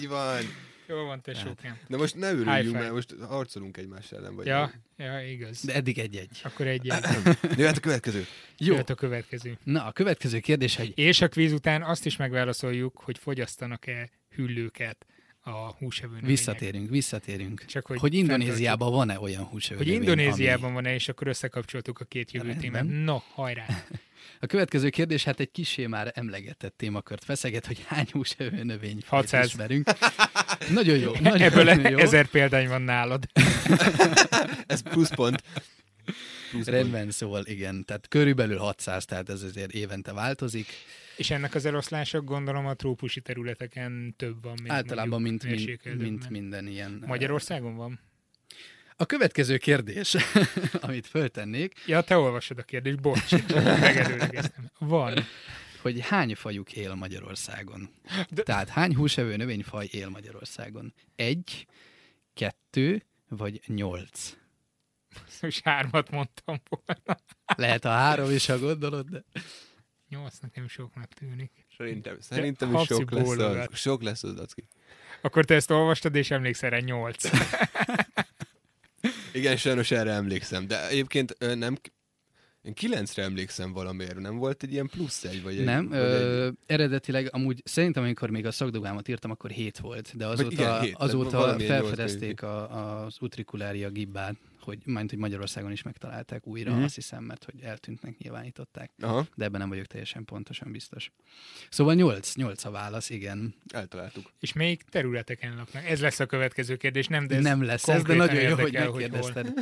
Speaker 1: Így van.
Speaker 2: Jól van, tesókám.
Speaker 1: De most ne
Speaker 2: High
Speaker 1: ürüljünk,
Speaker 2: five.
Speaker 1: mert most harcolunk egymás ellen. Vagy
Speaker 2: Ja, ja, igaz.
Speaker 3: De eddig egy-egy.
Speaker 2: Akkor egy
Speaker 1: Jöhet hát a következő.
Speaker 3: Jó.
Speaker 2: Jöhet a következő.
Speaker 3: Na, a következő kérdés, hogy
Speaker 2: És a kvíz után azt is megválaszoljuk, hogy fogyasztanak-e hüllőket a húsevő
Speaker 3: visszatérünk, visszatérünk.
Speaker 2: Csak hogy,
Speaker 3: Hogy, hogy
Speaker 2: fenntartsuk.
Speaker 3: Indonéziában van-e olyan húsevő
Speaker 2: Hogy
Speaker 3: növény,
Speaker 2: Indonéziában
Speaker 3: ami...
Speaker 2: van-e, és akkor összekapcsoltuk a két jövő
Speaker 3: Rendben.
Speaker 2: témát. No, hajrá!
Speaker 3: A következő kérdés, hát egy kisé már emlegetett témakört feszeget, hogy hány húsevő növény
Speaker 2: 600.
Speaker 3: ismerünk. Nagyon
Speaker 2: *laughs*
Speaker 3: jó. *laughs* Nagyon,
Speaker 2: Ebből
Speaker 3: nagyon jó.
Speaker 2: ezer példány van nálad.
Speaker 1: Ez pluszpont. Pluszpont.
Speaker 3: Rendben, szóval igen, tehát körülbelül 600, tehát ez azért évente változik.
Speaker 2: És ennek az eloszlások gondolom a trópusi területeken több van, mint
Speaker 3: Általában, mint,
Speaker 2: mondjuk
Speaker 3: mint,
Speaker 2: mérsékelt
Speaker 3: mint
Speaker 2: öbben.
Speaker 3: minden ilyen.
Speaker 2: Magyarországon van?
Speaker 3: A következő kérdés, *laughs* amit föltennék,
Speaker 2: Ja, te olvasod a kérdést, bocs, megelőlegeztem. Van.
Speaker 3: hogy hány fajuk él Magyarországon?
Speaker 2: De-
Speaker 3: Tehát hány húsevő növényfaj él Magyarországon? Egy, kettő, vagy nyolc?
Speaker 2: Most hármat mondtam volna.
Speaker 3: Lehet a három is, ha gondolod, de...
Speaker 2: Nyolc nekem soknak tűnik.
Speaker 1: Szerintem, szerintem is
Speaker 2: Habci
Speaker 1: sok lesz, az,
Speaker 2: bólogat.
Speaker 1: sok lesz az Dacki.
Speaker 2: Akkor te ezt olvastad, és emlékszel rá nyolc.
Speaker 1: Igen, sajnos erre emlékszem, de egyébként ö, nem... Én kilencre emlékszem valamiért, nem volt egy ilyen plusz egy, vagy egy...
Speaker 3: Nem,
Speaker 1: vagy egy,
Speaker 3: ö, eredetileg amúgy szerintem, amikor még a szakdogámat írtam, akkor hét volt, de azóta,
Speaker 1: igen, hét, tehát
Speaker 3: azóta
Speaker 1: valamilyen nyolc
Speaker 3: felfedezték a, az utrikulária gibbát, hogy majd, hogy Magyarországon is megtalálták újra,
Speaker 1: Mhm.
Speaker 3: azt hiszem, mert hogy eltűntnek nyilvánították,
Speaker 1: Aha,
Speaker 3: de ebben nem vagyok teljesen pontosan biztos. Szóval nyolc, nyolc a válasz, igen.
Speaker 1: eltaláltuk.
Speaker 2: És még területeken laknak. Ez lesz a következő kérdés, nem? De ez
Speaker 3: nem lesz ez, de
Speaker 2: konkrétan
Speaker 3: nagyon jó, hogy
Speaker 2: érdekel, hogy
Speaker 3: megkérdezted.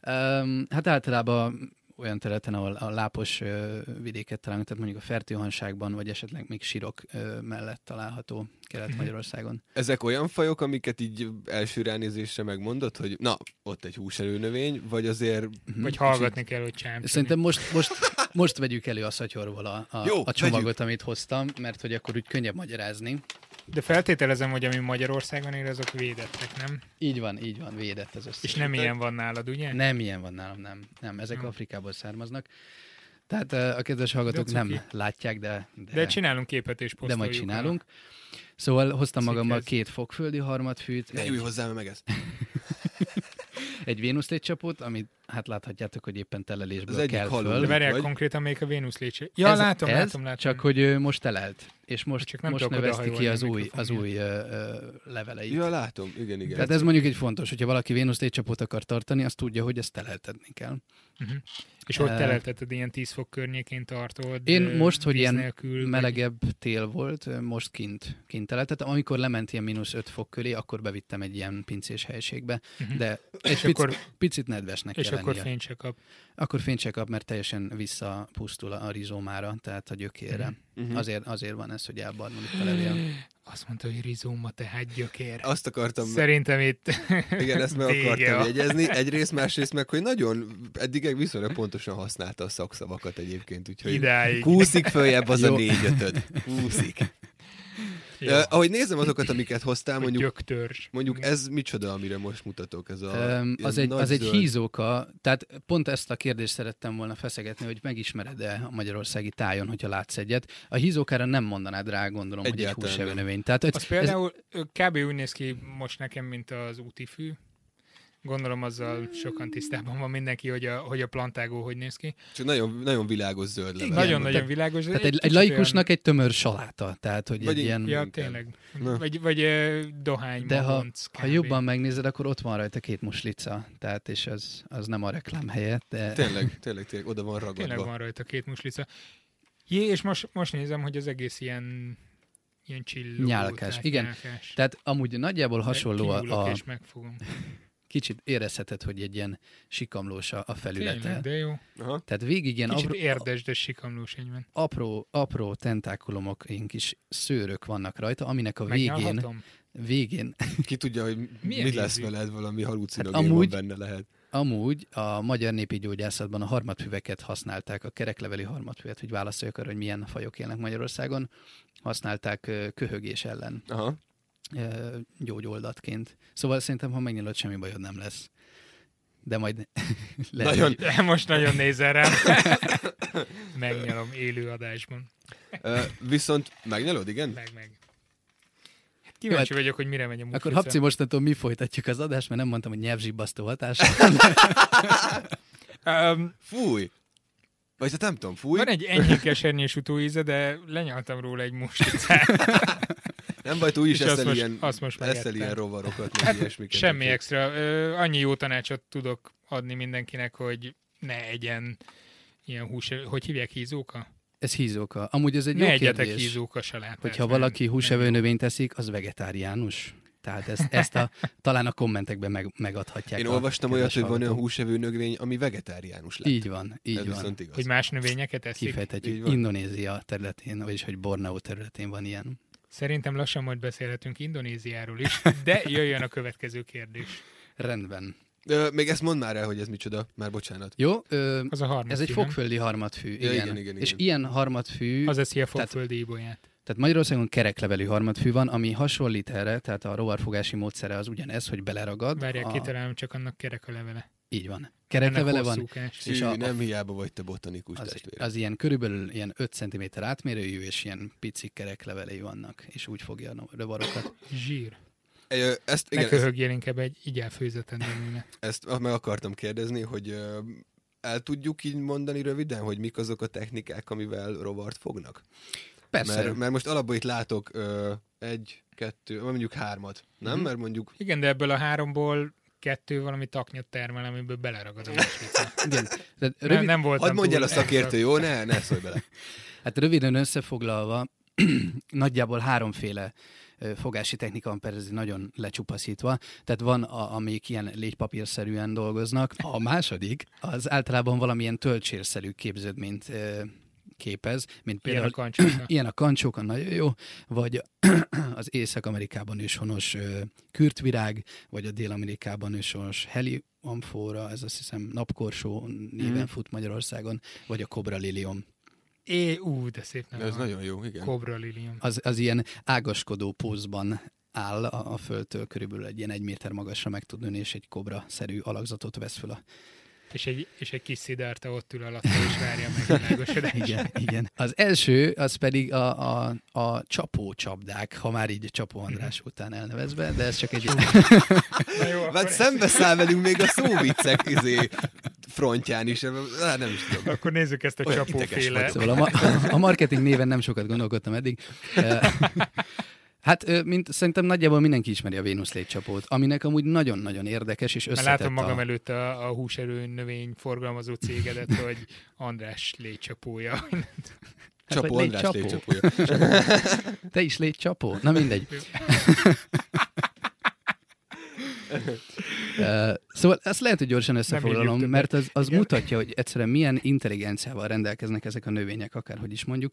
Speaker 3: Öm, hát általában olyan területen, ahol a lápos ö, vidéket találunk, tehát mondjuk a fertőhanságban, vagy esetleg még sirok ö, mellett található Kelet-Magyarországon.
Speaker 1: Ezek olyan fajok, amiket így első ránézésre megmondod, hogy na, ott egy húselőnövény, vagy azért...
Speaker 2: Vagy hallgatni kell, hogy csámcsani.
Speaker 3: Mhm, Szerintem most, most, most vegyük elő a szatyorból a, a,
Speaker 1: Jó,
Speaker 3: a csomagot, amit hoztam, mert hogy akkor úgy könnyebb magyarázni.
Speaker 2: De feltételezem, hogy ami Magyarországon él, azok védettek, nem?
Speaker 3: Így van, így van, védett az összes.
Speaker 2: És nem ilyen van nálad, ugye?
Speaker 3: Nem ilyen van nálam, nem. nem ezek
Speaker 2: Jó.
Speaker 3: Afrikából származnak. Tehát ö, a kedves hallgatók
Speaker 2: cuki.
Speaker 3: nem látják, de, de,
Speaker 2: De csinálunk képet és
Speaker 3: de
Speaker 2: posztoljuk.
Speaker 3: majd csinálunk. Szóval hoztam
Speaker 2: Cikk
Speaker 3: magammal
Speaker 2: ez.
Speaker 3: két fogföldi harmadfűt,
Speaker 1: Ne ülj
Speaker 3: egy,
Speaker 1: hozzá, mert meg ez.
Speaker 3: egy Vénusz légycsapót, amit hát láthatjátok, hogy éppen telelésből
Speaker 1: Az egyik
Speaker 3: kell
Speaker 1: halom.
Speaker 3: föl.
Speaker 2: De várjál,
Speaker 1: Vagy-
Speaker 2: konkrétan még a Vénusz létse. Ja,
Speaker 3: ez,
Speaker 2: látom,
Speaker 3: ez,
Speaker 2: látom, látom.
Speaker 3: Csak hogy ö, most telelt, és most,
Speaker 2: Csak nem
Speaker 3: most
Speaker 2: tudok
Speaker 3: nevezti ki
Speaker 2: odahajolni
Speaker 3: az
Speaker 2: a
Speaker 3: új, az
Speaker 2: mikrofonért.
Speaker 3: új ö, ö, leveleit.
Speaker 1: Ja, látom, igen, igen.
Speaker 3: Tehát ez mondjuk egy fontos, hogyha valaki Vénusz légycsapót akar tartani, azt tudja, hogy ezt teleltetni kell.
Speaker 2: És ott
Speaker 3: Eh,
Speaker 2: telelteted ilyen 10 fok környékén tartod.
Speaker 3: Én
Speaker 2: ö,
Speaker 3: most, hogy
Speaker 2: víz
Speaker 3: ilyen
Speaker 2: nélkül, vagy-
Speaker 3: Melegebb tél volt, ö, most kint, kint teleltettem. Amikor lement ilyen mínusz 5 fok köré, akkor bevittem egy ilyen pincés helyiségbe,
Speaker 2: Mhm.
Speaker 3: de egy
Speaker 2: És
Speaker 3: pic,
Speaker 2: akkor,
Speaker 3: picit nedvesnek
Speaker 2: és
Speaker 3: kell
Speaker 2: akkor
Speaker 3: lennie.
Speaker 2: fény se kap.
Speaker 3: Akkor fény se kap, mert teljesen visszapusztul a rizómára, tehát a gyökérre.
Speaker 2: Mhm.
Speaker 1: Mhm.
Speaker 3: Azért, azért van ez, hogy elbarnul itt a levél.
Speaker 2: Azt mondta, hogy rizóma, tehát gyökér.
Speaker 1: Azt akartam,
Speaker 2: Szerintem itt
Speaker 1: igen, ezt meg
Speaker 2: vége
Speaker 1: akartam
Speaker 2: a- *laughs*
Speaker 1: jegyezni. Egyrészt, másrészt meg, hogy nagyon eddig viszonylag pontosan használta a szakszavakat egyébként, úgyhogy
Speaker 2: *laughs* Idáig.
Speaker 1: kúszik följebb az a
Speaker 3: Jó.
Speaker 1: négy
Speaker 2: *laughs*
Speaker 1: ötöd. Kúszik.
Speaker 2: Jó.
Speaker 1: Ö, ahogy nézem azokat, amiket hoztál,
Speaker 2: Vagy
Speaker 1: mondjuk,
Speaker 2: gyöktörzs.
Speaker 1: mondjuk ez micsoda, amire most mutatok? Ez a,
Speaker 3: Öm,
Speaker 1: ilyen
Speaker 3: az egy,
Speaker 1: nagy
Speaker 3: az egy
Speaker 1: zöld-
Speaker 3: hízóka, tehát pont ezt a kérdést szerettem volna feszegetni, hogy megismered-e a magyarországi tájon, hogyha látsz egyet. A hízókára nem mondanád rá, gondolom, hogy
Speaker 1: Egyáltalán
Speaker 3: egy húsevő
Speaker 1: nem.
Speaker 3: növény. Tehát, hogy
Speaker 2: Az
Speaker 3: ez,
Speaker 2: például ö, kb. úgy néz ki most nekem, mint az útifű, Gondolom azzal sokan tisztában van mindenki, hogy a, hogy a plantágó hogy néz ki.
Speaker 1: Csak nagyon, nagyon világos zöld levél.
Speaker 2: Nagyon-nagyon világos.
Speaker 3: Tehát egy, egy
Speaker 2: kicsit
Speaker 3: laikusnak egy tömör saláta, tehát hogy
Speaker 1: Vagy
Speaker 3: egy
Speaker 1: így-
Speaker 3: ilyen...
Speaker 2: Olyan, ja,
Speaker 1: inkább.
Speaker 2: tényleg.
Speaker 1: Na.
Speaker 2: Vagy, vagy ö, dohány,
Speaker 3: De ha,
Speaker 2: mahonc,
Speaker 3: ha
Speaker 2: kb.
Speaker 3: jobban megnézed, akkor ott van rajta két muslica, tehát és az, az nem a reklám helye, de
Speaker 1: Tényleg, tényleg, tényleg, oda van ragadva.
Speaker 2: Tényleg van rajta két muslica. Jé, és most, most nézem, hogy az egész ilyen, ilyen csillogó.
Speaker 3: Nyálkás,
Speaker 2: tehát
Speaker 3: igen.
Speaker 2: Nyálkás.
Speaker 3: tehát amúgy nagyjából hasonló a,
Speaker 2: Kinyúlok
Speaker 3: a
Speaker 2: és megfogom.
Speaker 3: kicsit érezheted, hogy egy ilyen sikamlós a, a felülete.
Speaker 2: Tényleg, de jó.
Speaker 1: Aha.
Speaker 3: Tehát végig ilyen
Speaker 2: Kicsit
Speaker 3: apró,
Speaker 2: érdes, de sikamlós egyben.
Speaker 3: apró, apró tentákulumok, ilyen kis szőrök vannak rajta, aminek a végén,
Speaker 2: Megnyalhatom?
Speaker 3: végén
Speaker 1: Ki tudja, hogy
Speaker 2: Milyen
Speaker 1: mi lesz
Speaker 2: ízű?
Speaker 1: veled, valami halucinogén
Speaker 3: Hát
Speaker 1: hát
Speaker 3: amúgy-
Speaker 1: amúgy... benne lehet.
Speaker 3: amúgy a magyar népi gyógyászatban a harmadfüveket használták, a kerekleveli harmadfüvet, hogy válaszoljak arra, hogy milyen fajok élnek Magyarországon, használták ö, köhögés ellen.
Speaker 1: Aha.
Speaker 3: ö, gyógyoldatként. Szóval szerintem, ha megnyilod, semmi bajod nem lesz. De majd *laughs* lehet,
Speaker 1: Nagyon-
Speaker 3: hogy
Speaker 2: De most nagyon nézel rám. Megnyalom élő adásban.
Speaker 1: Ö, viszont megnyalod, igen?
Speaker 2: Meg, meg. Hát kíváncsi
Speaker 3: Jó,
Speaker 2: vagyok, hogy mire megy a
Speaker 3: Akkor
Speaker 2: muslica.
Speaker 3: Habci, mostantól mi folytatjuk az adást, mert nem mondtam, hogy nyelvzsibbasztó
Speaker 2: *laughs*
Speaker 3: hatás.
Speaker 2: Um,
Speaker 1: Fúj! Vagy hát nem tudom, fúj.
Speaker 2: van egy enyhén kesernyés utóíze, de lenyaltam róla egy muslicát.
Speaker 1: Nem baj, úgyis
Speaker 2: És azt
Speaker 1: eszel
Speaker 2: most-
Speaker 1: ilyen,
Speaker 2: azt most
Speaker 1: eszel
Speaker 2: megettem. Hát
Speaker 1: ilyen rovarokat, meg ilyesmiket.
Speaker 2: Semmi
Speaker 1: úgyhogy-
Speaker 2: extra. Ö, annyi jó tanácsot tudok adni mindenkinek, hogy ne egyen ilyen hús, hogy hívják hízóka?
Speaker 3: Ez hízóka. Amúgy ez egy
Speaker 2: ne
Speaker 3: jó
Speaker 2: egyetek
Speaker 3: kérdés,
Speaker 2: hízóka salátát.
Speaker 3: hogyha
Speaker 2: nem-
Speaker 3: valaki
Speaker 2: nem
Speaker 3: húsevő növényt eszik, az vegetáriánus. Tehát ezt, ezt a, talán a kommentekben meg, megadhatják.
Speaker 1: Én
Speaker 3: a
Speaker 1: olvastam olyat,
Speaker 3: kedves
Speaker 1: hogy van olyan
Speaker 3: hallgatók.
Speaker 1: húsevő növény, ami vegetáriánus lett.
Speaker 3: Így van,
Speaker 1: Ez
Speaker 3: így van.
Speaker 1: viszont igaz.
Speaker 2: Hogy más növényeket eszik.
Speaker 1: Így
Speaker 3: Kifejthetjük.
Speaker 1: van.
Speaker 3: Indonézia területén, vagyis hogy Borneo területén van ilyen.
Speaker 2: Szerintem lassan majd beszélhetünk Indonéziáról is, de jöjjön a következő kérdés.
Speaker 3: Rendben.
Speaker 1: Ö, még ezt mondd már el, hogy ez micsoda. Már bocsánat.
Speaker 3: Jó, ö,
Speaker 2: Az a harmadik.
Speaker 3: Ez egy
Speaker 2: nem?
Speaker 3: fogföldi harmadfű, igen.
Speaker 1: igen, igen, igen.
Speaker 3: És ilyen harmadfű,
Speaker 2: Az eszi a
Speaker 3: Tehát-
Speaker 2: fogföldi ibolyát.
Speaker 3: tehát Magyarországon kereklevelű harmadfű van, ami hasonlít erre, tehát a rovarfogási módszere az ugyanez, hogy beleragad.
Speaker 2: Várják,
Speaker 3: a...
Speaker 2: kitalálom, csak annak kerek a levele.
Speaker 3: Így van.
Speaker 2: Ennek
Speaker 3: Kereklevele van,
Speaker 2: hosszúkás.
Speaker 1: Szű,
Speaker 3: és a-
Speaker 1: nem hiába vagy te botanikus
Speaker 3: az,
Speaker 1: testvér.
Speaker 3: az ilyen körülbelül ilyen 5 cm átmérőjű, és ilyen pici kereklevelei vannak, és úgy fogja a rovarokat.
Speaker 2: Zsír.
Speaker 1: Ö, Ezt,
Speaker 2: Ne
Speaker 1: igen, ezt,
Speaker 2: köhögjél inkább egy igyál főzeten belőle.
Speaker 1: ezt meg akartam kérdezni, hogy ö, el tudjuk így mondani röviden, hogy mik azok a technikák, amivel rovart fognak?
Speaker 3: Persze,
Speaker 1: Mert, mert most alapból itt látok ö, egy, kettő, vagy mondjuk hármat, nem?
Speaker 3: Mhm.
Speaker 1: Mert mondjuk
Speaker 2: Igen, de ebből a háromból kettő valami taknyot termel, amiből beleragad a muslica.
Speaker 3: igen. Tehát
Speaker 2: nem,
Speaker 3: rövid,
Speaker 2: nem voltam
Speaker 1: hadd mondj el
Speaker 2: túl
Speaker 1: a szakértő, jó? Ne, ne szólj
Speaker 3: *laughs*
Speaker 1: bele.
Speaker 3: Hát röviden összefoglalva, *clears throat* nagyjából háromféle ö, fogási technika van persze nagyon lecsupaszítva. Tehát van, a, amik ilyen légypapírszerűen dolgoznak. A második, az általában valamilyen töltsérszerű képződményt ö, képez, mint
Speaker 2: Ilyen
Speaker 3: például
Speaker 2: a kancsóka.
Speaker 3: Ilyen a kancsók, a nagyon jó, vagy *clears throat* az Észak-Amerikában őshonos ö, kürtvirág, vagy a Dél-Amerikában őshonos heli amfóra, ez azt hiszem napkorsó néven
Speaker 2: Mhm.
Speaker 3: fut Magyarországon, vagy a kobra lilium.
Speaker 2: É, ú, de szép nem.
Speaker 1: Ez nagyon jó, igen.
Speaker 2: Kobra lilium.
Speaker 3: az, az ilyen ágaskodó pózban áll a, a földtől, körülbelül egy ilyen egy méter magasra meg tud nőni, és egy kobra-szerű alakzatot vesz föl a...
Speaker 2: *laughs* És egy, és egy kis szidárta ott ül alatt, és várja meg a világosodását.
Speaker 3: Igen, igen. Az első, az pedig a, a, a csapócsapdák, ha már így Csapó András
Speaker 2: Mhm.
Speaker 3: után elnevezve, de ez csak egy...
Speaker 2: Na jó, akkor
Speaker 1: Vagy
Speaker 2: ezt-
Speaker 1: szembeszáll velünk még a szóviccek izé, frontján is, hát nem is tudom.
Speaker 2: Akkor nézzük ezt a
Speaker 1: Olyan
Speaker 2: csapóféle.
Speaker 1: ideges
Speaker 3: Szóval a, ma, a marketing néven nem sokat gondolkodtam eddig. Eh, *laughs* Hát, ö, mint szerintem nagyjából mindenki ismeri a Vénusz légycsapót, aminek amúgy nagyon-nagyon érdekes és
Speaker 2: Mert
Speaker 3: összetett
Speaker 2: látom
Speaker 3: a...
Speaker 2: magam előtt a, a húserő növény forgalmazó cégedet,
Speaker 3: *laughs*
Speaker 2: hogy András légycsapója.
Speaker 3: Hát, vagy
Speaker 1: Csapó
Speaker 3: légy
Speaker 1: András
Speaker 3: csapó.
Speaker 1: légycsapója.
Speaker 3: Te is légy csapó? Na mindegy. Ö, szóval ezt lehet, hogy gyorsan összefoglalom,
Speaker 2: írjuk
Speaker 3: mert az, az
Speaker 2: Igen.
Speaker 3: mutatja, hogy egyszerűen milyen intelligenciával rendelkeznek ezek a növények, akárhogy is mondjuk.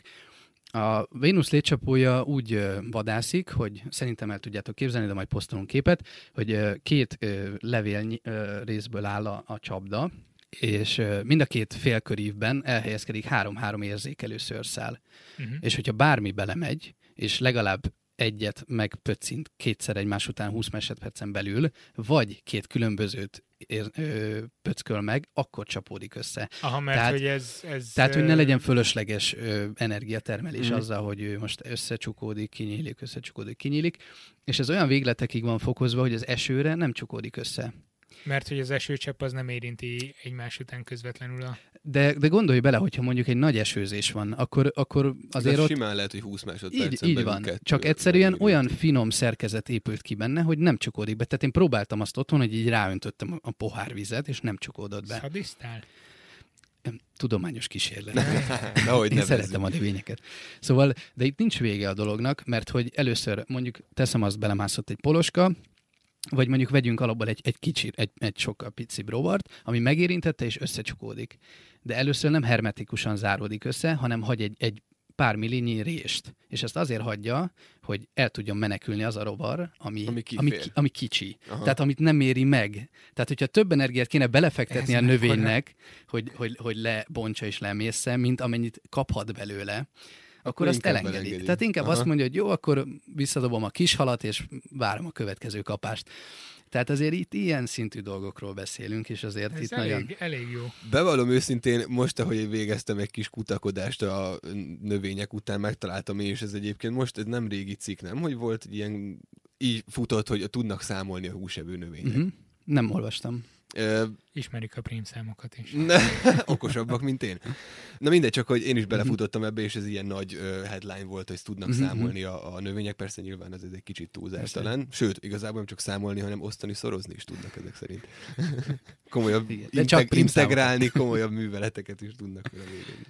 Speaker 3: A Vénusz létcsapója úgy ö, vadászik, hogy szerintem el tudjátok képzelni, de majd posztolunk képet, hogy ö, két ö, levél nyi- ö, részből áll a, a csapda, és ö, mind a két félkörívben elhelyezkedik három-három érzékelő szőrszál
Speaker 2: Mhm.
Speaker 3: és hogyha bármi belemegy, és legalább egyet megpöccint kétszer egymás után 20 másodpercen belül, vagy két különbözőt ér, ö, pöcköl meg, akkor csapódik össze.
Speaker 2: Aha, mert
Speaker 3: Tehát-
Speaker 2: tehát, hogy ez, ez...
Speaker 3: Tehát, hogy ne
Speaker 2: ö,
Speaker 3: legyen fölösleges ö, energiatermelés
Speaker 1: Mhm.
Speaker 3: azzal, hogy ő most összecsukódik, kinyílik, összecsukódik, kinyílik, és ez olyan végletekig van fokozva, hogy az esőre nem csukódik össze.
Speaker 2: Mert hogy az esőcsepp az nem érinti egymás után közvetlenül a...
Speaker 3: De, de gondolj bele, hogyha mondjuk egy nagy esőzés van, akkor, akkor azért
Speaker 1: az
Speaker 3: ott
Speaker 1: simán lehet, hogy 20 másodpercen
Speaker 3: így, így
Speaker 1: belül
Speaker 3: van.
Speaker 1: kettő
Speaker 3: Csak egyszerűen
Speaker 1: megérint.
Speaker 3: olyan finom szerkezet épült ki benne, hogy nem csukódik be. Tehát én próbáltam azt otthon, hogy így ráöntöttem a pohárvizet, és nem csukódott be. hát
Speaker 2: Szadisztál?
Speaker 3: Tudományos
Speaker 1: *laughs*
Speaker 3: kísérlet.
Speaker 1: *laughs* Nehogy
Speaker 3: Én
Speaker 1: nevezzük.
Speaker 3: szeretem a növényeket. Szóval, de itt nincs vége a dolognak, mert hogy először mondjuk teszem azt, belemászott egy poloska, vagy mondjuk vegyünk alapból egy, egy kicsi, egy, egy sokkal pici brovart, ami megérintette és összecsukódik. De először nem hermetikusan záródik össze, hanem hagy egy, egy pár millinyi rést. És ezt azért hagyja, hogy el tudjon menekülni az a rovar, ami,
Speaker 1: Ami
Speaker 3: ami,
Speaker 1: kifér.
Speaker 3: ami, ki- ami kicsi.
Speaker 1: Aha.
Speaker 3: Tehát amit nem éri meg. Tehát, hogyha több energiát kéne belefektetni
Speaker 2: Ez
Speaker 3: a
Speaker 2: mekkora-
Speaker 3: növénynek, hogy, hogy, hogy lebontsa és lemészze, mint amennyit kaphat belőle, akkor,
Speaker 1: Akkor
Speaker 3: azt
Speaker 1: inkább
Speaker 3: elengedi.
Speaker 1: elengedi.
Speaker 3: Tehát inkább
Speaker 1: Aha.
Speaker 3: azt mondja, hogy jó, akkor visszadobom a kis halat, és várom a következő kapást. Tehát azért itt ilyen szintű dolgokról beszélünk, és azért
Speaker 2: Ez
Speaker 3: itt
Speaker 2: elég,
Speaker 3: nagyon...
Speaker 2: elég jó.
Speaker 1: Bevallom őszintén, most, ahogy én végeztem egy kis kutakodást a növények után, megtaláltam én is ez egyébként. Most ez nem régi cikk, nem? Hogy volt egy ilyen így futott, hogy tudnak számolni a húsevő növények.
Speaker 3: Mhm. Nem olvastam.
Speaker 1: Ö,
Speaker 2: Ismerik a prímszámokat
Speaker 3: Mm.
Speaker 2: is.
Speaker 1: Ne, *laughs* okosabbak, mint én. Na mindegy, csak hogy én
Speaker 3: Mhm.
Speaker 1: is belefutottam ebbe, és ez ilyen nagy ö, headline volt, hogy tudnak számolni a, a növények. Persze nyilván ez egy kicsit túlzás
Speaker 3: mhm. Persze.
Speaker 1: talán. Sőt, igazából nem csak számolni, hanem osztani, szorozni is tudnak ezek
Speaker 3: *laughs*
Speaker 1: szerint. Komolyabb,
Speaker 3: Igen, de
Speaker 1: integ-
Speaker 3: csak prímszámokat.
Speaker 1: integrálni komolyabb műveleteket is tudnak vele végezni.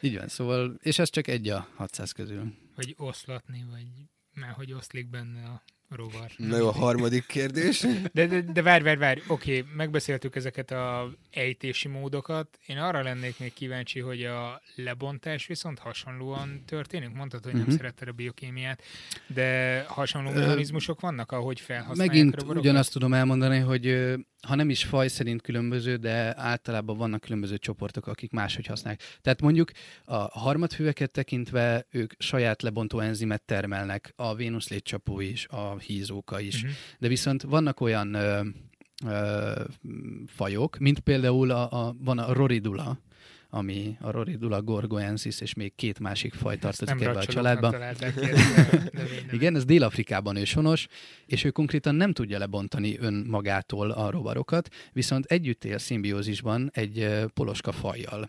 Speaker 3: Így van, szóval, és ez csak egy a 600 közül.
Speaker 2: Vagy oszlatni, vagy már hogy oszlik benne a rovar.
Speaker 1: Na jó, a harmadik kérdés.
Speaker 2: De, de, de várj, várj, várj. Oké, okay, megbeszéltük ezeket a ejtési módokat. Én arra lennék még kíváncsi, hogy a lebontás viszont hasonlóan történik. Mondtad, hogy nem
Speaker 3: Mhm.
Speaker 2: szeretted a biokémiát, de hasonló
Speaker 3: Ö,
Speaker 2: mechanizmusok vannak, ahogy felhasználják
Speaker 3: Megint
Speaker 2: roborokat?
Speaker 3: ugyanazt tudom elmondani, hogy ö, ha nem is faj szerint különböző, de általában vannak különböző csoportok, akik máshogy használják. Tehát mondjuk a harmadfűveket tekintve ők saját lebontó enzimet termelnek, a Vénusz létcsapó is, a hízóka is.
Speaker 2: Mhm.
Speaker 3: Uh-huh. De viszont vannak olyan ö, ö, fajok, mint például a, a, van a roridula, ami a roridula gorgoensis, és még két másik faj tartozik ebbe a
Speaker 2: racsolóknak
Speaker 3: családba.
Speaker 2: találták ki ezt a növényt.
Speaker 3: Igen, ez Dél-Afrikában őshonos, és ő konkrétan nem tudja lebontani önmagától a rovarokat, viszont együtt él szimbiózisban egy ö, poloska fajjal,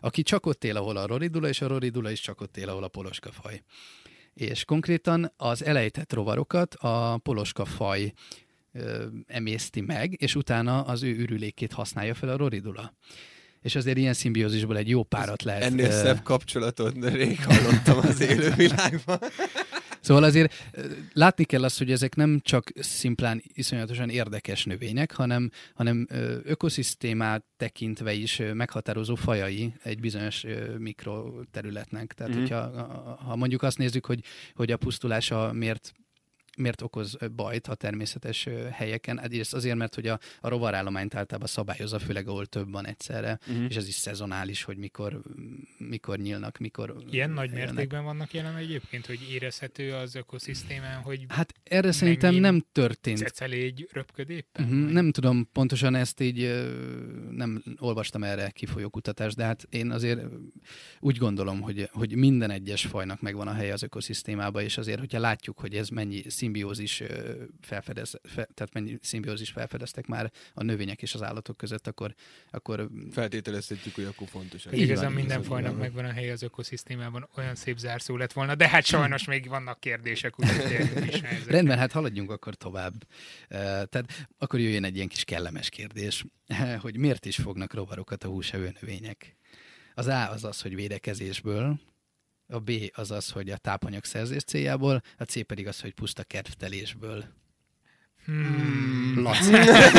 Speaker 3: aki csak ott él, ahol a roridula, és a roridula is csak ott él, ahol a poloska faj. És konkrétan az elejtett rovarokat a poloska faj ö, emészti meg, és utána az ő ürülékét használja fel a roridula. És azért ilyen szimbiózisból egy jó párat lehet.
Speaker 1: Ennél
Speaker 3: ö,
Speaker 1: szebb kapcsolatot rég hallottam az élővilágban.
Speaker 3: Szóval azért ö, látni kell azt, hogy ezek nem csak szimplán iszonyatosan érdekes növények, hanem, hanem ö, ökoszisztémát tekintve is ö, meghatározó fajai egy bizonyos ö, mikroterületnek. Tehát,
Speaker 1: Mhm.
Speaker 3: mm. hogyha a- ha mondjuk azt nézzük, hogy, hogy a pusztulása miért miért okoz bajt a természetes ö, helyeken. Egyrészt azért, mert hogy a, a rovarállományt általában szabályozza, főleg ahol több van egyszerre,
Speaker 1: Mhm.
Speaker 3: mm. és ez is szezonális, hogy mikor, mikor nyílnak, mikor...
Speaker 2: Ilyen nagy
Speaker 3: jönnek.
Speaker 2: mértékben vannak jelen egyébként, hogy érezhető az ökoszisztémán, hogy
Speaker 3: Hát erre szerintem
Speaker 2: Mennyi
Speaker 3: nem történt
Speaker 2: cecelégy röpköd éppen?
Speaker 3: Uh-huh.
Speaker 2: Vagy-
Speaker 3: Nem tudom pontosan ezt így, ö, nem olvastam erre kifolyó kutatást, de hát én azért ö, úgy gondolom, hogy, hogy minden egyes fajnak megvan a helye az ökoszisztémába, és azért, hogyha látjuk, hogy ez mennyi szimbiózis ö, felfedez, fe, tehát mennyi szimbiózis felfedeztek már a növények és az állatok között, akkor, akkor
Speaker 1: Feltételezhetjük, hogy akkor fontos.
Speaker 2: Így igazán
Speaker 3: van,
Speaker 2: minden
Speaker 3: igazad
Speaker 2: fajnak
Speaker 3: van.
Speaker 2: megvan a helye az ökoszisztémában, olyan szép zárszó lett volna, de hát sajnos még vannak kérdések, úgyhogy is nehezebb.
Speaker 3: Rendben, hát haladjunk akkor tovább. Ö, Tehát akkor jöjjön egy ilyen kis kellemes kérdés, *laughs* hogy miért is fognak rovarokat a húsevő növények? Az A az az, hogy védekezésből, a B az az, hogy a tápanyagszerzés céljából, a C pedig az, hogy puszta kedvtelésből.
Speaker 2: Hmm,
Speaker 3: Laci.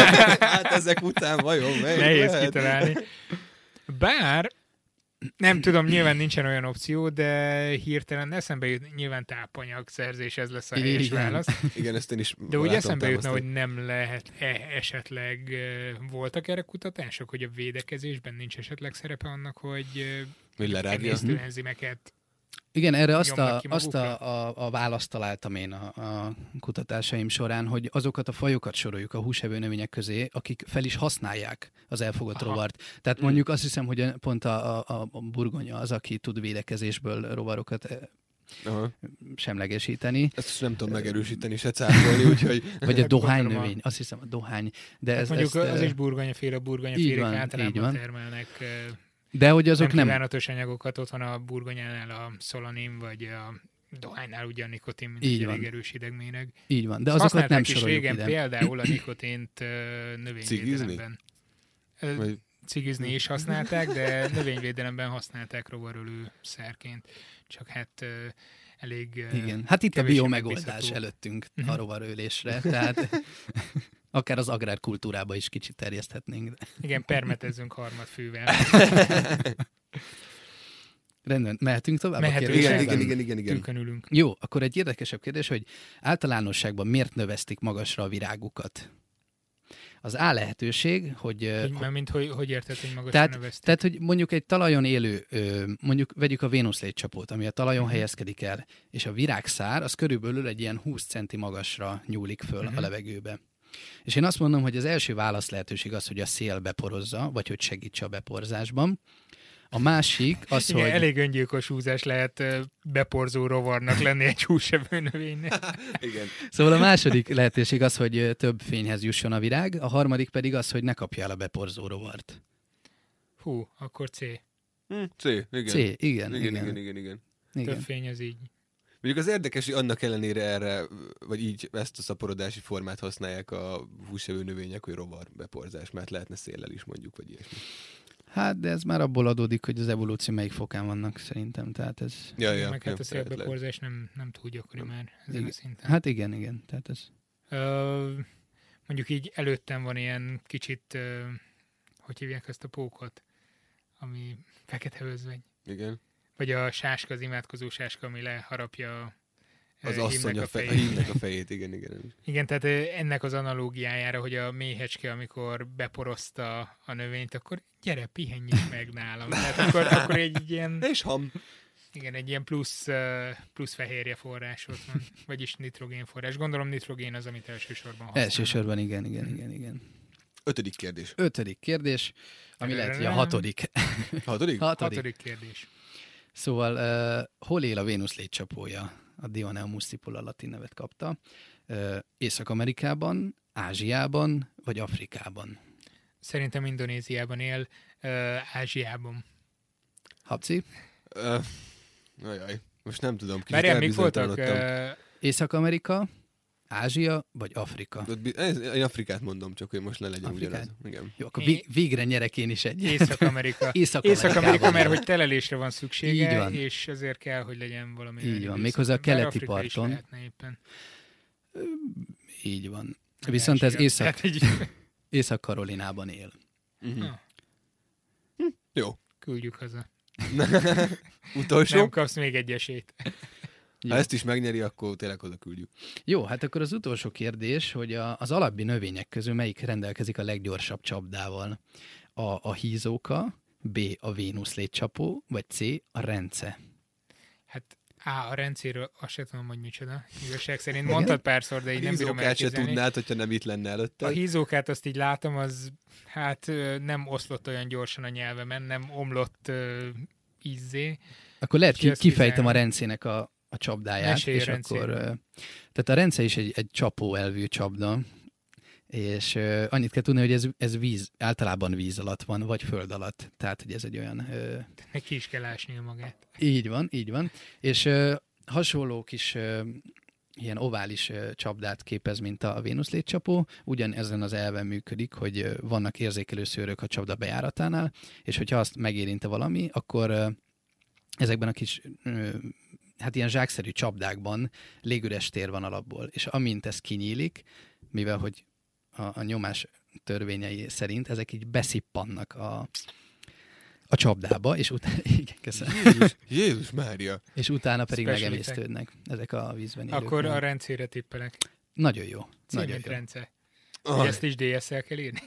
Speaker 1: *laughs* hát ezek után vajon melyik
Speaker 2: nehéz
Speaker 1: lehet?
Speaker 2: kitalálni. Bár nem tudom, nyilván nincsen olyan opció, de hirtelen eszembe jut, nyilván tápanyag szerzés, ez lesz a helyes
Speaker 3: Igen.
Speaker 2: válasz.
Speaker 1: Igen, ezt én is
Speaker 2: De úgy
Speaker 1: látom
Speaker 2: eszembe jutna,
Speaker 1: támasztani.
Speaker 2: hogy nem lehet e, esetleg ö, voltak erre kutatások, hogy a védekezésben nincs esetleg szerepe annak, hogy
Speaker 1: Hogy
Speaker 2: ö,
Speaker 1: lerágja?
Speaker 2: emésztő enzimeket
Speaker 3: Igen, erre azt,
Speaker 2: Nyomnak
Speaker 3: a,
Speaker 2: ki
Speaker 3: azt
Speaker 2: magukra?
Speaker 3: a, a, a választ találtam én a, a kutatásaim során, hogy azokat a fajokat soroljuk a húsevő növények közé, akik fel is használják az elfogott
Speaker 2: Aha. Mm.
Speaker 3: rovart. Tehát mondjuk azt hiszem, hogy pont a, a, a burgonya az, aki tud védekezésből rovarokat eh,
Speaker 1: Aha.
Speaker 3: semlegesíteni.
Speaker 1: Ezt nem tudom megerősíteni, se cáfolni, úgyhogy
Speaker 3: Vagy a
Speaker 2: Hát gondolom a-
Speaker 3: dohánynövény, azt hiszem a dohány. De,
Speaker 2: Ez,
Speaker 3: ez,
Speaker 2: Hát mondjuk
Speaker 3: ezt,
Speaker 2: az
Speaker 3: eh,
Speaker 2: is burgonyaféle, a
Speaker 3: így van,
Speaker 2: burgonyafélek
Speaker 3: így
Speaker 2: általában
Speaker 3: van.
Speaker 2: termelnek eh,
Speaker 3: de hogy azok
Speaker 2: azok nem,
Speaker 3: nem,
Speaker 2: kívánatos anyagokat, ott van a burgonyánál a szolanin, vagy a dohánynál ugye a nikotin, mint
Speaker 3: Így
Speaker 2: egy elég
Speaker 3: van.
Speaker 2: erős idegméreg.
Speaker 3: így van, de
Speaker 2: Azt
Speaker 3: azokat nem
Speaker 2: használták is
Speaker 3: soroljuk
Speaker 2: régen
Speaker 3: ide. *clears throat*
Speaker 2: például a nikotint ö, növényvédelemben. Ö,
Speaker 1: vagy
Speaker 2: Cigizni is használták,
Speaker 3: *laughs*
Speaker 2: de növényvédelemben használták rovarölő szerként. Csak hát ö, elég... ö,
Speaker 3: Igen. Hát itt a
Speaker 2: kevésbé
Speaker 3: bio megoldás
Speaker 2: megbízható.
Speaker 3: előttünk
Speaker 2: Mhm.
Speaker 3: a rovarölésre, tehát *laughs* akár az agrárkultúrába is kicsit terjeszthetnénk. de-
Speaker 2: Igen, permetezzünk
Speaker 3: *laughs*
Speaker 2: harmadfűvel.
Speaker 3: Rendben, mehetünk tovább? a
Speaker 2: Mehetünk.
Speaker 1: igen,
Speaker 3: kérdésekben?
Speaker 1: igen, igen, igen, igen.
Speaker 2: Tűkön ülünk.
Speaker 3: Jó, akkor egy érdekesebb kérdés, hogy általánosságban miért növesztik magasra a virágukat? Az A lehetőség, hogy... ö,
Speaker 2: Hogy, mert mint hogy, hogy érted, hogy magasra
Speaker 3: Tehát-
Speaker 2: növesztik?
Speaker 3: Tehát, hogy mondjuk egy talajon élő, ö, mondjuk vegyük a vénuszlégycsapót, ami a
Speaker 2: Mhm.
Speaker 3: talajon helyezkedik el, és a virágszár az körülbelül egy ilyen 20 centi magasra nyúlik föl a
Speaker 2: Mhm.
Speaker 3: levegőbe. És én azt mondom, hogy az első válasz lehetőség az, hogy a szél beporozza, vagy hogy segítse a beporzásban. A másik az,
Speaker 2: Igen,
Speaker 3: hogy...
Speaker 2: elég öngyilkos húzás lehet ö, beporzó rovarnak lenni egy húsevő növénynek.
Speaker 1: igen.
Speaker 3: Szóval a második lehetőség az, hogy ö, több fényhez jusson a virág, a harmadik pedig az, hogy ne kapja el a beporzó rovart.
Speaker 2: Hú, akkor C.
Speaker 1: Hm, C, igen.
Speaker 3: C, igen, igen,
Speaker 1: igen, igen, igen, igen, igen.
Speaker 2: Több
Speaker 3: igen.
Speaker 2: fény az így.
Speaker 1: Mondjuk az érdekes, hogy annak ellenére erre, vagy így ezt a szaporodási formát használják a húsevő növények, hogy rovar beporzás, mert lehetne széllel is mondjuk, vagy ilyesmi.
Speaker 3: Hát, de ez már abból adódik, hogy az evolúció melyik fokán vannak szerintem, tehát ez...
Speaker 1: Ja, ja,
Speaker 2: meg hát
Speaker 1: ja,
Speaker 2: a
Speaker 1: lehet, lehet.
Speaker 2: szélbeporzás nem, nem túl gyakori már ezen
Speaker 3: Igen.
Speaker 2: a szinten.
Speaker 3: Hát igen, igen, tehát ez...
Speaker 2: Ö, mondjuk így előttem van ilyen kicsit, ö, hogy hívják ezt a pókot, ami fekete özvegy.
Speaker 1: Igen.
Speaker 2: Vagy a sáska, az imádkozó sáska, ami leharapja ö,
Speaker 1: Az
Speaker 2: hímnek
Speaker 1: asszony a, fe- a
Speaker 2: fejét.
Speaker 1: hímnek a fejét, igen, igen.
Speaker 2: Igen, tehát ö, ennek az analógiájára, hogy a méhecske, amikor beporozta a növényt, akkor gyere, pihenj is meg nálam. Tehát akkor, akkor egy ilyen
Speaker 1: És ham.
Speaker 2: Igen, egy ilyen plusz, ö, plusz fehérje forrás ott van, vagyis nitrogén forrás. Gondolom nitrogén az, amit elsősorban használnak.
Speaker 3: Elsősorban igen, igen, igen, igen.
Speaker 1: Ötödik kérdés.
Speaker 3: Ötödik kérdés, ami lehet, hogy a hatodik.
Speaker 1: Hatodik?
Speaker 3: hatodik.
Speaker 2: Hatodik kérdés.
Speaker 3: Szóval uh, hol él a Vénusz légycsapója? A Dionel muscipula latin nevet kapta. Uh, Észak-Amerikában, Ázsiában vagy Afrikában?
Speaker 2: Szerintem Indonéziában él, ö, Ázsiában.
Speaker 3: Habci?
Speaker 1: Ö, Ajaj, most nem tudom. kicsit
Speaker 2: Várjál, mik voltak?
Speaker 1: elbizonytalanodtam.
Speaker 2: Ö,
Speaker 3: Észak-Amerika, Ázsia vagy Afrika?
Speaker 1: Ott bi- ez- Én Afrikát mondom, csak hogy most ne legyen
Speaker 3: Afrikát?
Speaker 1: ugyanaz. Igen.
Speaker 3: Jó, akkor vi- végre nyerek én is egy.
Speaker 2: Észak-Amerika.
Speaker 3: *laughs* Észak-Amerikában.
Speaker 2: Észak-Amerika, mert hogy telelésre van szüksége,
Speaker 3: Így van.
Speaker 2: és ezért kell, hogy legyen valami.
Speaker 3: Így
Speaker 2: nagyon
Speaker 3: van,
Speaker 2: időszak.
Speaker 3: méghozzá a
Speaker 2: Bár
Speaker 3: keleti
Speaker 2: Afrika is
Speaker 3: parton.
Speaker 2: lehetne éppen.
Speaker 3: Így van. Viszont ez
Speaker 2: Ázsia.
Speaker 3: Észak-
Speaker 2: Tehát egy
Speaker 3: Észak-Karolinában él.
Speaker 1: Mhm.
Speaker 2: Ah.
Speaker 1: Hm, Jó.
Speaker 2: küldjük haza. Nem
Speaker 1: Utolsó.
Speaker 2: kapsz még egy esélyt.
Speaker 1: Ha ezt is megnyeri, akkor tényleg oda küldjük.
Speaker 3: Jó, hát akkor az utolsó kérdés, hogy a, az alapbi növények közül melyik rendelkezik a leggyorsabb csapdával? A, a hízóka, B. a Vénusz légycsapó, vagy C. a rence.
Speaker 2: Hát á, a rendszerről azt sem tudom, hogy micsoda. Igazság szerint mondtad párszor, de így nem bírom
Speaker 1: Hízókát se
Speaker 2: elképzelni.
Speaker 1: tudnád, hogyha nem itt lenne
Speaker 2: A
Speaker 1: előtte.
Speaker 2: hízókát azt így látom, az hát ö, nem oszlott olyan gyorsan a nyelvemen, nem omlott ö, ízzé.
Speaker 3: Akkor lehet,
Speaker 2: Ki
Speaker 3: ki,
Speaker 2: ezt
Speaker 3: kifejtem a
Speaker 2: kizárja?
Speaker 3: rencének a, a csapdáját,
Speaker 2: Mesélj a
Speaker 3: és
Speaker 2: rencéről.
Speaker 3: akkor... ö, Tehát a rence is egy, egy csapó elvű csapda, és ö, annyit kell tudni, hogy ez, ez víz, általában víz alatt van, vagy föld alatt. Tehát, hogy ez egy olyan ö,
Speaker 2: Neki is kell ásnia magát.
Speaker 3: Így van, így van. És ö, hasonló kis ö, ilyen ovális ö, csapdát képez, mint a Vénusz légycsapó. Ugyanezen az elven működik, hogy ö, vannak érzékelő szőrök a csapda bejáratánál, és hogyha azt megérinte valami, akkor ö, ezekben a kis ö, hát ilyen zsákszerű csapdákban légüres tér van alapból. És amint ez kinyílik, mivel hogy a, a nyomás törvényei szerint ezek így beszippannak a, a csapdába, és utána... *laughs* Igen, köszönöm
Speaker 1: Jézus, Jézus Mária.
Speaker 3: és utána pedig
Speaker 2: Special
Speaker 3: megemésztődnek ezek a vízben élők.
Speaker 2: Akkor a rendszerre tippelek.
Speaker 3: Nagyon jó. Nagyon
Speaker 2: Címint
Speaker 3: jó.
Speaker 2: rendszer.
Speaker 1: Ah, *laughs*
Speaker 2: Hogy ezt is DS-el kell írni?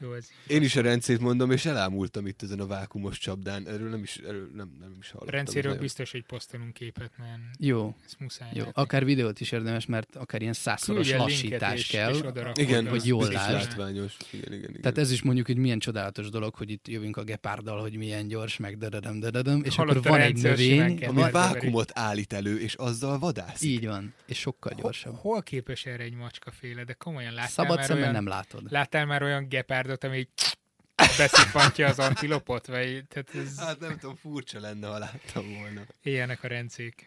Speaker 2: Jó ez.
Speaker 1: Én is a rendszét mondom, és elámultam itt ezen a vákumos csapdán. Erről nem is, erről nem, nem is hallottam. Ez
Speaker 2: Rendszerről
Speaker 1: nagyon-
Speaker 2: biztos, hogy posztolunk képet, mert
Speaker 3: Jó,
Speaker 2: ez muszáj.
Speaker 3: jó.
Speaker 2: látni.
Speaker 3: Akár videót is érdemes, mert akár ilyen százszoros
Speaker 2: Küldjen linket,
Speaker 3: lassítás
Speaker 2: és-
Speaker 3: kell.
Speaker 2: és odarakod
Speaker 1: Igen,
Speaker 2: a-
Speaker 3: hogy jól
Speaker 1: biztos
Speaker 3: lásd.
Speaker 1: látványos. Igen, igen, igen.
Speaker 3: Tehát ez is mondjuk egy milyen csodálatos dolog, hogy itt jövünk a gepárdal, hogy milyen gyors, meg dödödöm, dödödöm, és
Speaker 2: Halott
Speaker 3: akkor
Speaker 2: a
Speaker 3: van egy
Speaker 2: rendszer, simán
Speaker 3: növény,
Speaker 2: kell.
Speaker 1: Ami
Speaker 2: Marvel-
Speaker 1: vákumot állít elő, és azzal vadászik.
Speaker 3: így van, és sokkal gyorsabb.
Speaker 2: Hol, hol képes erre egy macskaféle? De komolyan láttál
Speaker 3: Szabad
Speaker 2: már
Speaker 3: szemmel
Speaker 2: olyan,
Speaker 3: nem látod.
Speaker 2: Láttál már olyan gepárdot, ami így *laughs* beszippantja az antilopot? Vagy, tehát ez,
Speaker 1: Hát nem tudom, furcsa lenne, ha láttam volna.
Speaker 2: ilyenek a rendszék.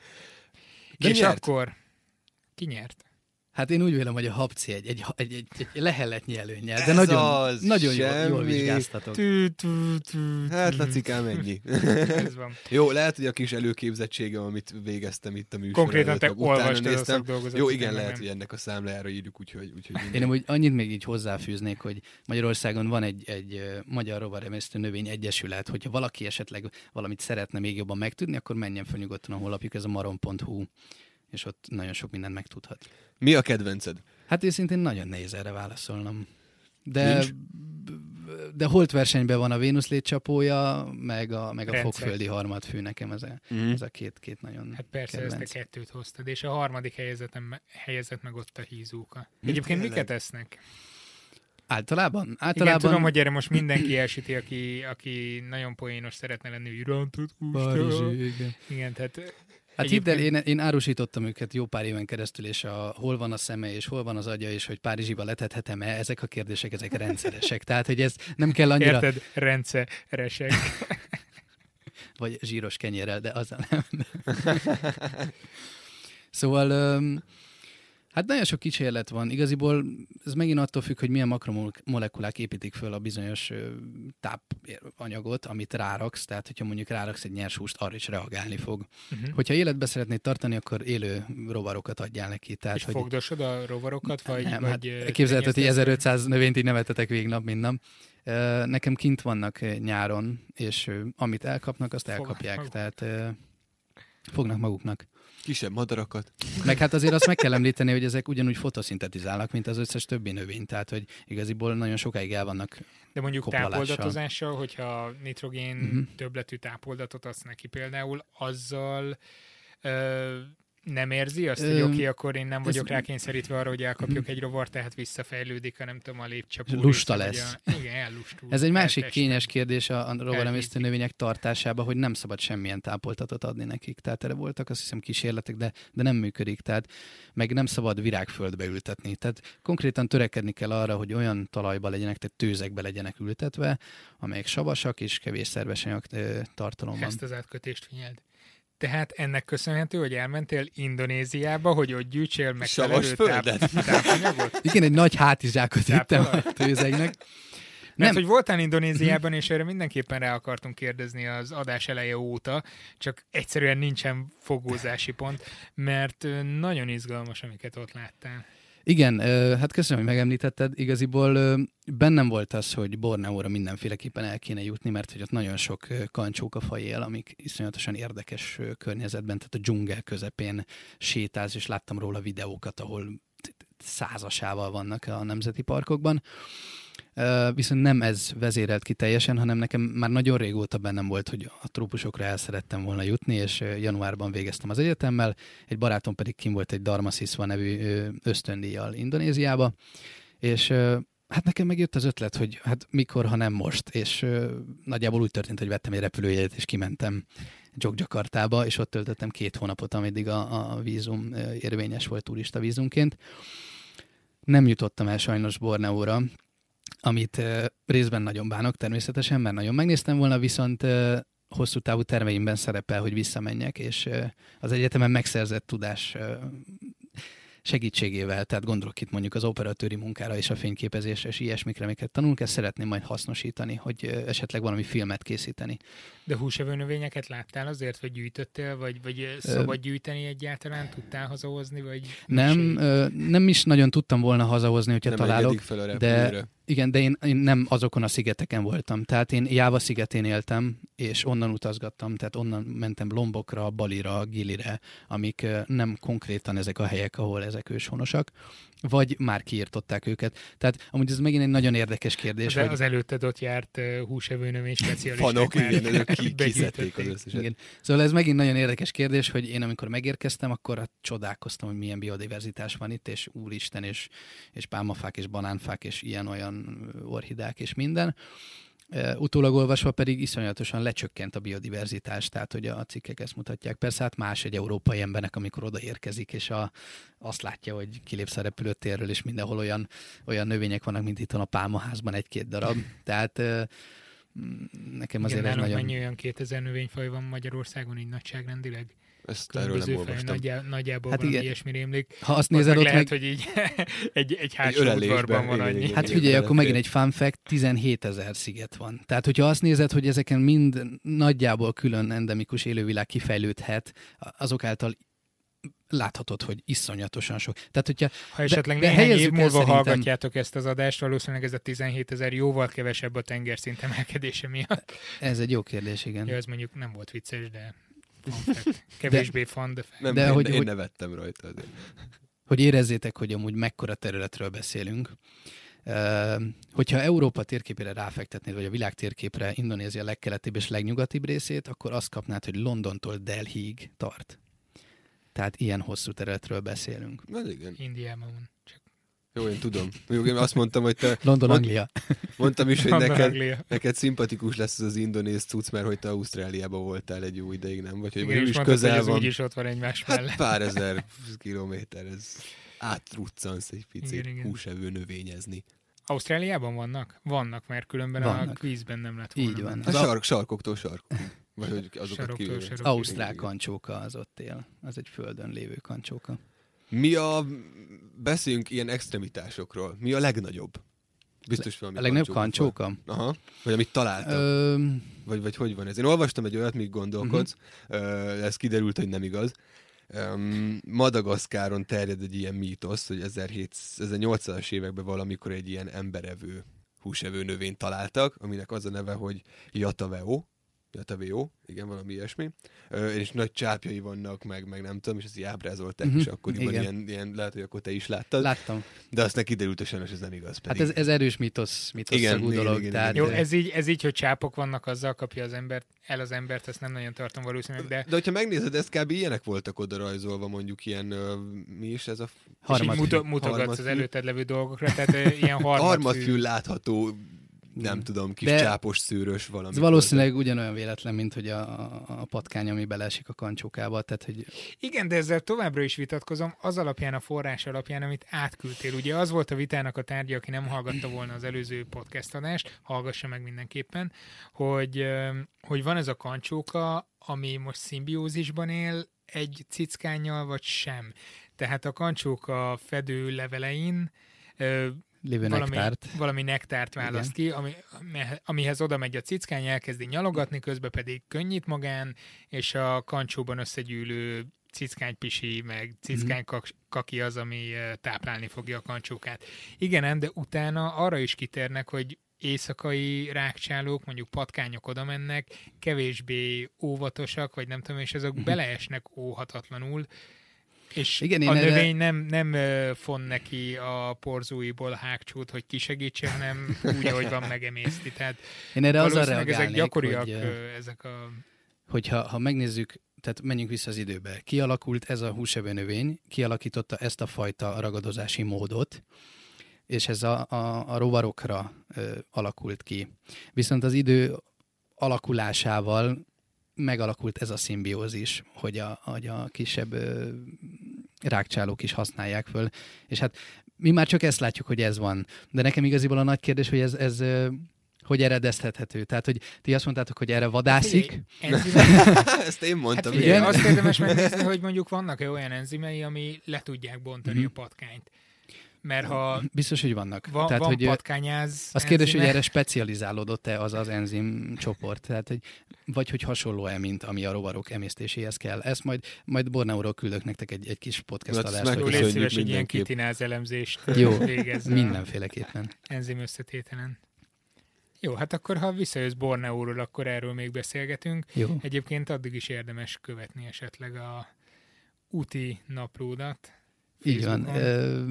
Speaker 1: De
Speaker 2: és
Speaker 1: nyert.
Speaker 2: akkor ki nyert?
Speaker 3: Hát én úgy vélem, hogy a habci egy, egy, egy, egy, egy lehelletnyi előnyel, de
Speaker 1: Ez
Speaker 3: nagyon,
Speaker 1: az,
Speaker 3: nagyon jól, jól Mhm.
Speaker 1: semmi.
Speaker 3: vizsgáztatok.
Speaker 2: Tű, tű, tű,
Speaker 1: Hát,
Speaker 2: tű.
Speaker 1: Lacikám, ennyi.
Speaker 2: Ez van.
Speaker 1: Jó, lehet, hogy a kis előképzettségem, amit végeztem itt a műsorban.
Speaker 2: Konkrétan te olvastad a szakdolgozatot.
Speaker 1: Jó,
Speaker 2: én
Speaker 1: igen,
Speaker 2: meg
Speaker 1: lehet,
Speaker 2: nem.
Speaker 1: hogy ennek a számlájára írjuk, úgyhogy... úgyhogy
Speaker 3: Én
Speaker 1: minden.
Speaker 3: amúgy annyit még így hozzáfűznék, hogy Magyarországon van egy, egy ö, magyar rovaremésztő növény egyesület, hogyha valaki esetleg valamit szeretne még jobban megtudni, akkor menjen fel nyugodtan a honlapjuk, ez a maron.hu, és ott nagyon sok mindent megtudhat.
Speaker 1: Mi a kedvenced?
Speaker 3: Hát őszintén nagyon nehéz erre válaszolnom. De,
Speaker 1: Nincs?
Speaker 3: de holt versenyben van a Vénusz létcsapója, meg a, meg a
Speaker 2: Rendszer.
Speaker 3: fogföldi harmadfő nekem ez a,
Speaker 1: Mm.
Speaker 3: ez a két, két nagyon
Speaker 2: Hát persze,
Speaker 3: kedvenc.
Speaker 2: ezt a kettőt hoztad, és a harmadik helyezetem, helyezett meg ott a hízóka. Egyébként
Speaker 1: tényleg?
Speaker 2: miket esznek?
Speaker 3: Általában? Általában
Speaker 2: Igen, tudom, hogy erre most mindenki elsüti, aki, aki nagyon poénos szeretne lenni, hogy rántott húst.
Speaker 3: Párizsi, igen.
Speaker 2: Igen, tehát...
Speaker 3: Hát
Speaker 2: egyébként-
Speaker 3: hidd el, én, én árusítottam őket jó pár éven keresztül, és a hol van a szeme, és hol van az agya, és hogy Párizsiba letethetem-e, ezek a kérdések, ezek rendszeresek. Tehát, hogy ez nem kell annyira, Érted?
Speaker 2: Érted? Rendszeresek.
Speaker 3: vagy zsíros kenyérrel, de azzal nem. Szóval, öm, hát nagyon sok kísérlet van. Igaziból ez megint attól függ, hogy milyen makromolekulák építik föl a bizonyos ö, tápanyagot, amit ráraksz. Tehát, hogyha mondjuk ráraksz egy nyers húst, arra is reagálni fog.
Speaker 2: Uh-huh.
Speaker 3: Hogyha életbe szeretnéd tartani, akkor élő rovarokat adjál neki. Tehát,
Speaker 2: És
Speaker 3: hogy...
Speaker 2: fogdosod a rovarokat, vagy...
Speaker 3: nem,
Speaker 2: vagy
Speaker 3: hát
Speaker 2: eh,
Speaker 3: képzelheted, hogy
Speaker 2: tenyészted?
Speaker 3: 1500 növényt így nevetetek végig nap, mint nap. Ö, Nekem kint vannak ö, nyáron, és ö, amit elkapnak, azt
Speaker 2: Fognak
Speaker 3: elkapják.
Speaker 2: maguk.
Speaker 3: Tehát ö, fognak maguknak.
Speaker 1: Kisebb madarakat.
Speaker 3: Meg hát azért azt meg kell említeni, hogy ezek ugyanúgy fotoszintetizálnak, mint az összes többi növény. Tehát, hogy igaziból nagyon sokáig el vannak.
Speaker 2: De mondjuk
Speaker 3: kopolással.
Speaker 2: tápoldatozással, hogyha nitrogén
Speaker 3: Mhm.
Speaker 2: uh-huh. többletű tápoldatot adsz neki például, azzal ö, nem érzi azt, hogy
Speaker 3: Öm,
Speaker 2: oké, akkor én nem
Speaker 3: ez-
Speaker 2: vagyok rákényszerítve arra, hogy elkapjuk egy rovar, tehát visszafejlődik, ha nem tudom, a lépcsapó.
Speaker 3: Lusta
Speaker 2: része,
Speaker 3: lesz.
Speaker 2: vagy A... Igen, ellustul.
Speaker 3: Ez egy másik
Speaker 2: Eltestem.
Speaker 3: kényes kérdés a, a rovaremésztő
Speaker 2: Elhízik.
Speaker 3: növények tartásába, hogy nem szabad semmilyen tápoltatot adni nekik. Tehát erre voltak azt hiszem kísérletek, de, de nem működik. Tehát meg nem szabad virágföldbe ültetni. Tehát konkrétan törekedni kell arra, hogy olyan talajba legyenek, tehát tőzekbe legyenek ültetve, amelyek savasak és kevés szerves anyag ö, tartalomban.
Speaker 2: Ezt az átkötést figyeld. Tehát ennek köszönhető, hogy elmentél Indonéziába, hogy ott gyűjtsél meg
Speaker 1: Savas földet?
Speaker 2: tápanyagot?
Speaker 3: Igen, egy nagy hátizsákot vittem
Speaker 2: Tápolaj?
Speaker 3: a tőzegnek.
Speaker 2: Mert
Speaker 3: Nem.
Speaker 2: hogy voltál Indonéziában, és erre mindenképpen rá akartunk kérdezni az adás eleje óta, csak egyszerűen nincsen fogózási pont, mert ö, nagyon izgalmas, amiket ott láttál.
Speaker 3: Igen, ö, hát köszönöm, hogy megemlítetted. Igaziból ö, bennem volt az, hogy Borneóra mindenféleképpen el kéne jutni, mert hogy ott nagyon sok ö, kancsókafaj él, amik iszonyatosan érdekes ö, környezetben, tehát a dzsungel közepén sétálsz, és láttam róla videókat, ahol t- t- százasával vannak a nemzeti parkokban. Ö, Viszont nem ez vezérelt ki teljesen, hanem nekem már nagyon régóta bennem volt, hogy a trópusokra el szerettem volna jutni, és ö, januárban végeztem az egyetemmel, egy barátom pedig kim volt egy Darmasiszva nevű ö, ösztöndíjjal Indonéziába, és ö, hát nekem megjött az ötlet, hogy hát mikor, ha nem most, és ö, nagyjából úgy történt, hogy vettem egy repülőjegyet, és kimentem Jogjakartába, és ott töltöttem két hónapot, ameddig a, a vízum ö, érvényes volt turista vízumként. Nem jutottam el sajnos Borneóra, amit ö, részben nagyon bánok természetesen, mert nagyon megnéztem volna, viszont ö, hosszú távú terveimben szerepel, hogy visszamenjek, és ö, az egyetemen megszerzett tudás ö, segítségével, tehát gondolok itt mondjuk az operatőri munkára és a fényképezésre és ilyesmikre, amiket tanulunk, ezt szeretném majd hasznosítani, hogy ö, esetleg valami filmet készíteni.
Speaker 2: De húsevő növényeket láttál azért, vagy gyűjtöttél, vagy, vagy ö, szabad gyűjteni egyáltalán? Tudtál hazahozni, vagy
Speaker 3: Nem, ö, nem is nagyon tudtam volna hazahozni, hogyha
Speaker 1: nem
Speaker 3: találok.
Speaker 1: engedik fel a
Speaker 3: de
Speaker 1: repülőre.
Speaker 3: igen, de én, én nem azokon a szigeteken voltam. Tehát én Jáva szigetén éltem, és onnan utazgattam, tehát onnan mentem Lombokra, Balira, Gilire, amik ö, nem konkrétan ezek a helyek, ahol ezek ezek őshonosak, vagy már kiirtották őket. Tehát amúgy ez megint egy nagyon érdekes kérdés.
Speaker 2: És az, az előtted ott járt uh, húsevőnövény specialisták.
Speaker 1: Fanok,
Speaker 2: már
Speaker 1: igen,
Speaker 2: *laughs*
Speaker 1: ezek ki, kiszedték az
Speaker 2: begyűjtötték.
Speaker 1: összeset.
Speaker 3: Igen. Szóval ez megint nagyon érdekes kérdés, hogy én amikor megérkeztem, akkor hát csodálkoztam, hogy milyen biodiverzitás van itt, és úristen, és, és pálmafák, és banánfák, és ilyen-olyan ö, orchidák, és minden. Ö, Utólag olvasva pedig iszonyatosan lecsökkent a biodiverzitás, tehát hogy a cikkek ezt mutatják. Persze hát más egy európai embernek, amikor odaérkezik, és a, azt látja, hogy kilépsz a repülőtérről, és mindenhol olyan, olyan növények vannak, mint itt a pálmaházban egy-két darab. Tehát ö, mm, nekem
Speaker 2: Igen,
Speaker 3: azért ez
Speaker 2: nálunk
Speaker 3: nagyon...
Speaker 2: mennyi olyan 2000 növényfaj van Magyarországon, így nagyságrendileg?
Speaker 1: Ezt erről nem
Speaker 2: Különböző faj,
Speaker 1: olvastam.
Speaker 2: nagyjá, nagyjából
Speaker 3: Hát
Speaker 2: hát valami
Speaker 3: igen.
Speaker 2: ilyesmi rémlik.
Speaker 3: Ha azt
Speaker 2: Nézed
Speaker 3: nézed,
Speaker 2: meg lehet,
Speaker 3: ott meg
Speaker 2: hogy így *laughs* egy, egy hátsó
Speaker 1: ölelésben,
Speaker 2: udvarban van
Speaker 1: igen,
Speaker 2: annyi.
Speaker 1: igen,
Speaker 2: Igen,
Speaker 1: igen.
Speaker 2: igen.
Speaker 3: Hát figyelj, akkor
Speaker 1: belefér.
Speaker 3: megint egy fun fact, 17 ezer sziget van. Tehát, hogyha azt nézed, hogy ezeken mind nagyjából külön endemikus élővilág kifejlődhet, azok által láthatod, hogy iszonyatosan sok. Tehát, hogyha
Speaker 2: Ha esetleg
Speaker 3: de
Speaker 2: néhány év
Speaker 3: helyezzük el
Speaker 2: múlva
Speaker 3: szerintem-
Speaker 2: hallgatjátok ezt az adást, valószínűleg ez a 17 ezer jóval kevesebb a tengerszint emelkedése miatt.
Speaker 3: ez egy jó kérdés, igen.
Speaker 2: Ja, ez mondjuk nem volt vicces, de fun fact. kevésbé fan, de fact.
Speaker 1: Nem,
Speaker 3: De
Speaker 1: de én,
Speaker 3: hogy-
Speaker 1: hogy, én
Speaker 3: hogy-
Speaker 1: nevettem rajta azért.
Speaker 3: hogy érezzétek, hogy amúgy mekkora területről beszélünk. Ö, Hogyha Európa térképére ráfektetnéd, vagy a világ térképre Indonézia legkeletibb és legnyugatibb részét, akkor azt kapnád, hogy Londontól Delhiig tart. Tehát ilyen hosszú területről beszélünk.
Speaker 1: Na igen.
Speaker 2: Indiában van. Csak
Speaker 1: Jó, én tudom. Jó, én azt mondtam, hogy te
Speaker 3: London,
Speaker 1: Mond-
Speaker 3: Anglia.
Speaker 1: mondtam is, hogy
Speaker 2: Van
Speaker 1: neked,
Speaker 2: Anglia.
Speaker 1: neked szimpatikus lesz ez az indonéz cucc, mert hogy te Ausztráliában voltál egy jó ideig, nem? Vagy hogy
Speaker 2: Igen,
Speaker 1: mondjuk
Speaker 2: és
Speaker 1: is
Speaker 2: mondtad, hogy
Speaker 1: közel
Speaker 2: ez
Speaker 1: van.
Speaker 2: úgyis ott van egymás mellett.
Speaker 1: Hát pár ezer kilométer, ez átruccansz egy picit
Speaker 2: Igen, igen.
Speaker 1: húsevő növényezni.
Speaker 2: Ausztráliában vannak? Vannak, mert különben a
Speaker 3: Vannak.
Speaker 2: kvízben nem lett volna.
Speaker 3: Így van.
Speaker 1: A
Speaker 3: Az
Speaker 1: Hát sark, sarkoktól sarkokig. Vagy hogy azokat
Speaker 2: Saroktól
Speaker 1: kívül.
Speaker 2: sarokig.
Speaker 3: Ausztrál kancsóka az ott él. Az egy földön lévő kancsóka.
Speaker 1: Mi a... Beszéljünk ilyen extremitásokról. Mi a legnagyobb? Biztos valami
Speaker 3: A legnagyobb
Speaker 1: kancsófa.
Speaker 3: kancsóka?
Speaker 1: Aha. Vagy amit találtam.
Speaker 3: Ö,
Speaker 1: Vagy, vagy hogy van ez? Én olvastam egy olyat, míg gondolkodsz,
Speaker 3: Mhm.
Speaker 1: uh-huh. ez kiderült, hogy nem igaz. Um, Madagaszkáron terjed egy ilyen mítosz, hogy 1800-as években valamikor egy ilyen emberevő, húsevő növényt találtak, aminek az a neve, hogy Jataveo, Jataveo, igen, valami ilyesmi, Ö, és nagy csápjai vannak, meg, meg nem tudom, és ezt így ábrázolták
Speaker 3: Mhm,
Speaker 1: is akkoriban,
Speaker 3: igen.
Speaker 1: ilyen, ilyen, lehet, hogy akkor te is láttad, Lát...
Speaker 3: láttam.
Speaker 1: de azt neki derült, hogy sajnos ez nem igaz
Speaker 3: Hát
Speaker 1: pedig.
Speaker 3: ez, ez erős mitosz,
Speaker 1: Igen,
Speaker 3: mitoszszagú
Speaker 1: igen,
Speaker 3: dolog.
Speaker 1: igen,
Speaker 3: Tehát,
Speaker 2: Jó,
Speaker 1: igen.
Speaker 2: ez így, ez így, hogy csápok vannak, azzal kapja az embert, el az embert, ezt nem nagyon tartom valószínűleg, de
Speaker 1: De hogyha megnézed, ez kb. ilyenek voltak oda rajzolva, mondjuk ilyen, ö, mi is ez a...
Speaker 2: és így
Speaker 3: Harmadfű.
Speaker 2: muto- mutogatsz az
Speaker 1: Harmadfű.
Speaker 2: előtted levő dolgokra, tehát ö,
Speaker 1: *laughs*
Speaker 2: ilyen harmadfű.
Speaker 1: harmadfül látható, nem
Speaker 3: Igen.
Speaker 1: tudom, kis
Speaker 3: De-
Speaker 1: De... csápos szőrös valami.
Speaker 3: Ez valószínűleg ugyanolyan véletlen, mint hogy a, a- a patkány, ami beleesik a kancsókába, tehát hogy
Speaker 2: Igen, de ezzel továbbra is vitatkozom, az alapján, a forrás alapján, amit átküldtél. Ugye az volt a vitának a tárgya, aki nem hallgatta volna az előző podcast adást, hallgassa meg mindenképpen, hogy, ö, hogy van ez a kancsóka, ami most szimbiózisban él egy cickánnyal, vagy sem. Tehát a kancsóka fedő levelein ö,
Speaker 3: lévő
Speaker 2: valami,
Speaker 3: nektárt.
Speaker 2: valami nektárt választ ki, ami, ami- amihez oda megy a cickány, elkezdi nyalogatni, közben pedig könnyít magán, és a kancsóban összegyűlő cickánypisi, meg cicánykaki az, ami eh, táplálni fogja a kancsókát. Igen, ám, de utána arra is kitérnek, hogy éjszakai rákcsálók, mondjuk patkányok oda mennek, kevésbé óvatosak, vagy nem tudom, és azok beleesnek óhatatlanul, és
Speaker 3: Mhm. Igen,
Speaker 2: Igen, a
Speaker 3: én erre-
Speaker 2: növény nem, nem ö, fon neki a porzóiból hákcsút, hogy kisegítse, hanem úgy, ahogy van, megemészti. Tehát
Speaker 3: Én erre azzal
Speaker 2: valószínűleg ezek
Speaker 3: reagálnék,
Speaker 2: gyakoriak,
Speaker 3: hogy, ö,
Speaker 2: ö, ezek a...
Speaker 3: hogyha ha megnézzük, tehát menjünk vissza az időbe. Kialakult ez a húsevő növény, kialakította ezt a fajta ragadozási módot, és ez a, a, a rovarokra ö, alakult ki. Viszont az idő alakulásával megalakult ez a szimbiózis, hogy a, hogy a kisebb ö, rákcsálók is használják föl. És hát mi már csak ezt látjuk, hogy ez van. De nekem igaziból a nagy kérdés, hogy ez, ez ö, hogy eredeztethető. Tehát, hogy ti azt mondtátok, hogy erre vadászik.
Speaker 2: Enzimek,
Speaker 3: *laughs*
Speaker 1: Ezt én
Speaker 2: hát
Speaker 1: mondtam.
Speaker 2: figyelj,
Speaker 3: igen.
Speaker 2: azt érdemes megnézni, hogy mondjuk vannak-e olyan enzimei, ami le tudják bontani
Speaker 3: Mhm.
Speaker 2: a patkányt. Mert ha
Speaker 3: Biztos, hogy vannak.
Speaker 2: van,
Speaker 3: Tehát,
Speaker 2: van
Speaker 3: hogy ö,
Speaker 2: patkányáz
Speaker 3: az kérdés, hogy
Speaker 2: enzime-
Speaker 3: erre specializálódott-e az az enzim csoport, tehát, hogy, vagy hogy hasonló-e, mint ami a rovarok emésztéséhez kell. Ezt majd, majd Borneóról küldök nektek egy, egy kis podcast
Speaker 1: Hát, ezt
Speaker 3: adást.
Speaker 1: meg-
Speaker 2: Jó,
Speaker 3: hogy-
Speaker 1: Köszönjük
Speaker 2: légy szíves, egy ilyen
Speaker 1: mindenképp.
Speaker 2: kitináz elemzést
Speaker 3: Jó,
Speaker 2: végezz a
Speaker 3: Mindenféleképpen.
Speaker 2: enzim összetételen. Jó, hát akkor ha visszajössz Borneóról, akkor erről még beszélgetünk.
Speaker 3: Jó.
Speaker 2: Egyébként addig is érdemes követni esetleg a úti naplódat.
Speaker 3: Így van. Ö,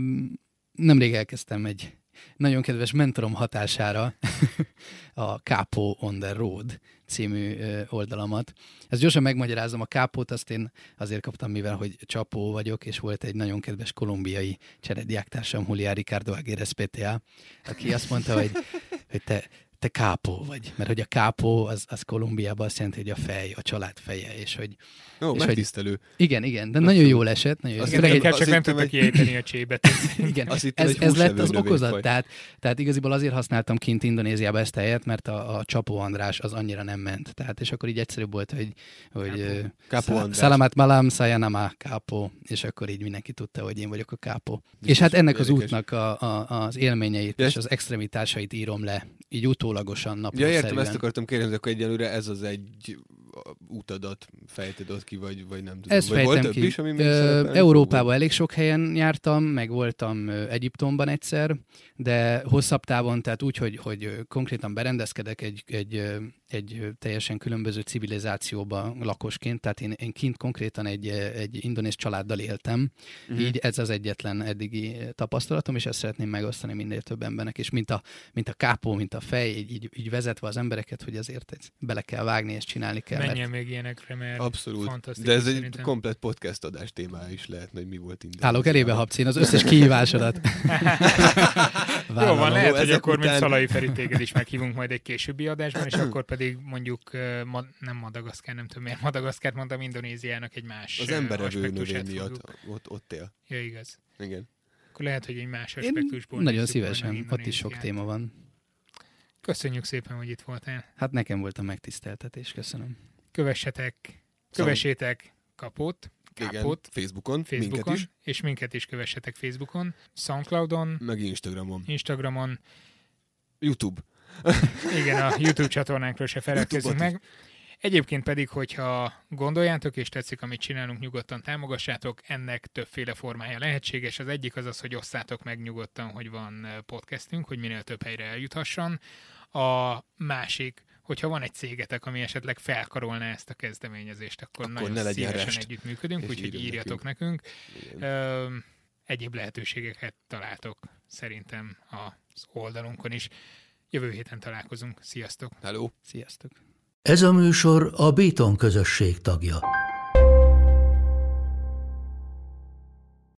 Speaker 3: Nemrég elkezdtem egy nagyon kedves mentorom hatására *laughs* a Capo on the Road című ö, oldalamat. Ezt gyorsan megmagyarázom, a kápót azt én azért kaptam, mivel hogy csapó vagyok, és volt egy nagyon kedves kolumbiai cserediáktársam, Julia Ricardo Aguirre PTA, aki azt mondta, hogy, hogy te, te kápó vagy, mert hogy a kápó az, az Kolumbiában azt jelenti, hogy a fej, a család feje, és hogy
Speaker 1: Ó,
Speaker 3: és hogy-
Speaker 1: megtisztelő.
Speaker 3: igen, igen, de nagyon jól esett, nagyon jól
Speaker 1: Azt
Speaker 3: esett.
Speaker 1: hittem-
Speaker 2: Igen, inkább
Speaker 3: Főleg egy-
Speaker 2: csak
Speaker 1: azt
Speaker 2: nem
Speaker 1: hittem,
Speaker 2: tudtak
Speaker 1: hogy-
Speaker 2: kiejteni a csébet.
Speaker 1: *laughs*
Speaker 3: Igen,
Speaker 1: Azt hittem,
Speaker 3: ez,
Speaker 1: hogy
Speaker 3: ez lett
Speaker 1: húslevő
Speaker 3: az
Speaker 1: növényfaj.
Speaker 3: okozat. Tehát, tehát igaziból azért használtam kint Indonéziába ezt a helyet, mert a, a Csapó András az annyira nem ment. Tehát, és akkor így egyszerűbb volt, hogy, hogy ö,
Speaker 1: Capo
Speaker 3: szá-
Speaker 1: András.
Speaker 3: Salamat Malam Sayanama Kápó, és akkor így mindenki tudta, hogy én vagyok a Kápó.
Speaker 1: Biztos,
Speaker 3: És hát ennek az
Speaker 1: érdekes.
Speaker 3: útnak a, a, az élményeit
Speaker 1: Ja,
Speaker 3: és
Speaker 1: és-
Speaker 3: az extremitásait írom le, így utólagosan napra
Speaker 1: Ja, értem, ezt akartam kérdezni, akkor egyenlőre ez az egy utadat fejted ott ki, vagy, vagy nem tudom.
Speaker 3: Ezt
Speaker 1: vagy volt
Speaker 3: fejtem
Speaker 1: több
Speaker 3: ki.
Speaker 1: is, ami még
Speaker 3: Ö,
Speaker 1: szerepelni
Speaker 3: Európában elég sok helyen jártam, meg voltam ö, Egyiptomban egyszer, de hosszabb távon, tehát úgy, hogy, hogy ö, konkrétan berendezkedek egy, egy, ö, egy ö, teljesen különböző civilizációba lakosként, tehát én, én kint konkrétan egy, ö, egy indonéz családdal éltem,
Speaker 1: Mhm.
Speaker 3: uh-huh. így ez az egyetlen eddigi ö, tapasztalatom, és ezt szeretném megosztani minél több embernek, és mint a, mint a kápó, mint a fej, így, így, így vezetve az embereket, hogy azért ez- bele kell vágni, és csinálni kell. mert-
Speaker 2: Menjen még ilyenekre, mert
Speaker 1: Abszolút.
Speaker 2: fantasztikus
Speaker 1: De ez egy
Speaker 2: szerintem.
Speaker 1: komplet podcast adás témája is lehet, hogy mi volt indítás.
Speaker 3: Állok elébe, Habcin, az összes kihívásodat.
Speaker 2: *laughs* Jó
Speaker 3: Vállalom.
Speaker 2: van, lehet, hogy
Speaker 1: ezek
Speaker 2: akkor után... mint
Speaker 1: után-
Speaker 2: Szalai Feri téged is meghívunk majd egy későbbi adásban, és akkor pedig mondjuk ö, ma, nem Madagaszkár, nem tudom miért Madagaszkárt mondtam, Indonéziának egy más
Speaker 1: Az
Speaker 2: ö,
Speaker 1: emberevő növény
Speaker 2: aspektusát
Speaker 1: miatt
Speaker 2: hát fogjuk.
Speaker 1: ott, ott él.
Speaker 2: Ja, igaz.
Speaker 1: Igen.
Speaker 2: Akkor lehet, hogy egy más
Speaker 3: Én
Speaker 2: aspektusból
Speaker 3: nagyon
Speaker 2: nézzük majd meg
Speaker 3: szívesen, ott is sok
Speaker 2: Indonéziát.
Speaker 3: téma van.
Speaker 2: Köszönjük szépen, hogy itt voltál.
Speaker 3: Hát nekem volt a megtiszteltetés, köszönöm.
Speaker 2: Kövessetek, kövessétek kapót,
Speaker 1: Igen,
Speaker 2: kápót,
Speaker 1: Facebookon, minket
Speaker 2: Facebookon,
Speaker 1: is,
Speaker 2: és minket is kövessetek Facebookon, Soundcloudon,
Speaker 1: meg Instagramon.
Speaker 2: Instagramon,
Speaker 1: YouTube.
Speaker 2: Igen, a YouTube csatornánkról se feledkezzünk
Speaker 1: YouTube-ot
Speaker 2: meg. Egyébként pedig, hogyha gondoljátok és tetszik, amit csinálunk, nyugodtan támogassátok. Ennek többféle formája lehetséges. Az egyik az az, hogy osszátok meg nyugodtan, hogy van eh, podcastünk, hogy minél több helyre eljuthasson. A másik, hogyha van egy cégetek, ami esetleg felkarolná ezt a kezdeményezést, akkor,
Speaker 1: Akkor
Speaker 2: nagyon
Speaker 1: ne legyen
Speaker 2: szívesen
Speaker 1: rest.
Speaker 2: együttműködünk,
Speaker 1: És
Speaker 2: úgyhogy
Speaker 1: írjunk
Speaker 2: írjatok nekünk. nekünk. Öm, egyéb lehetőségeket találtok szerintem az oldalunkon is. Jövő héten találkozunk. Sziasztok!
Speaker 1: Hello.
Speaker 3: Sziasztok!
Speaker 4: Ez a műsor a Béton közösség tagja.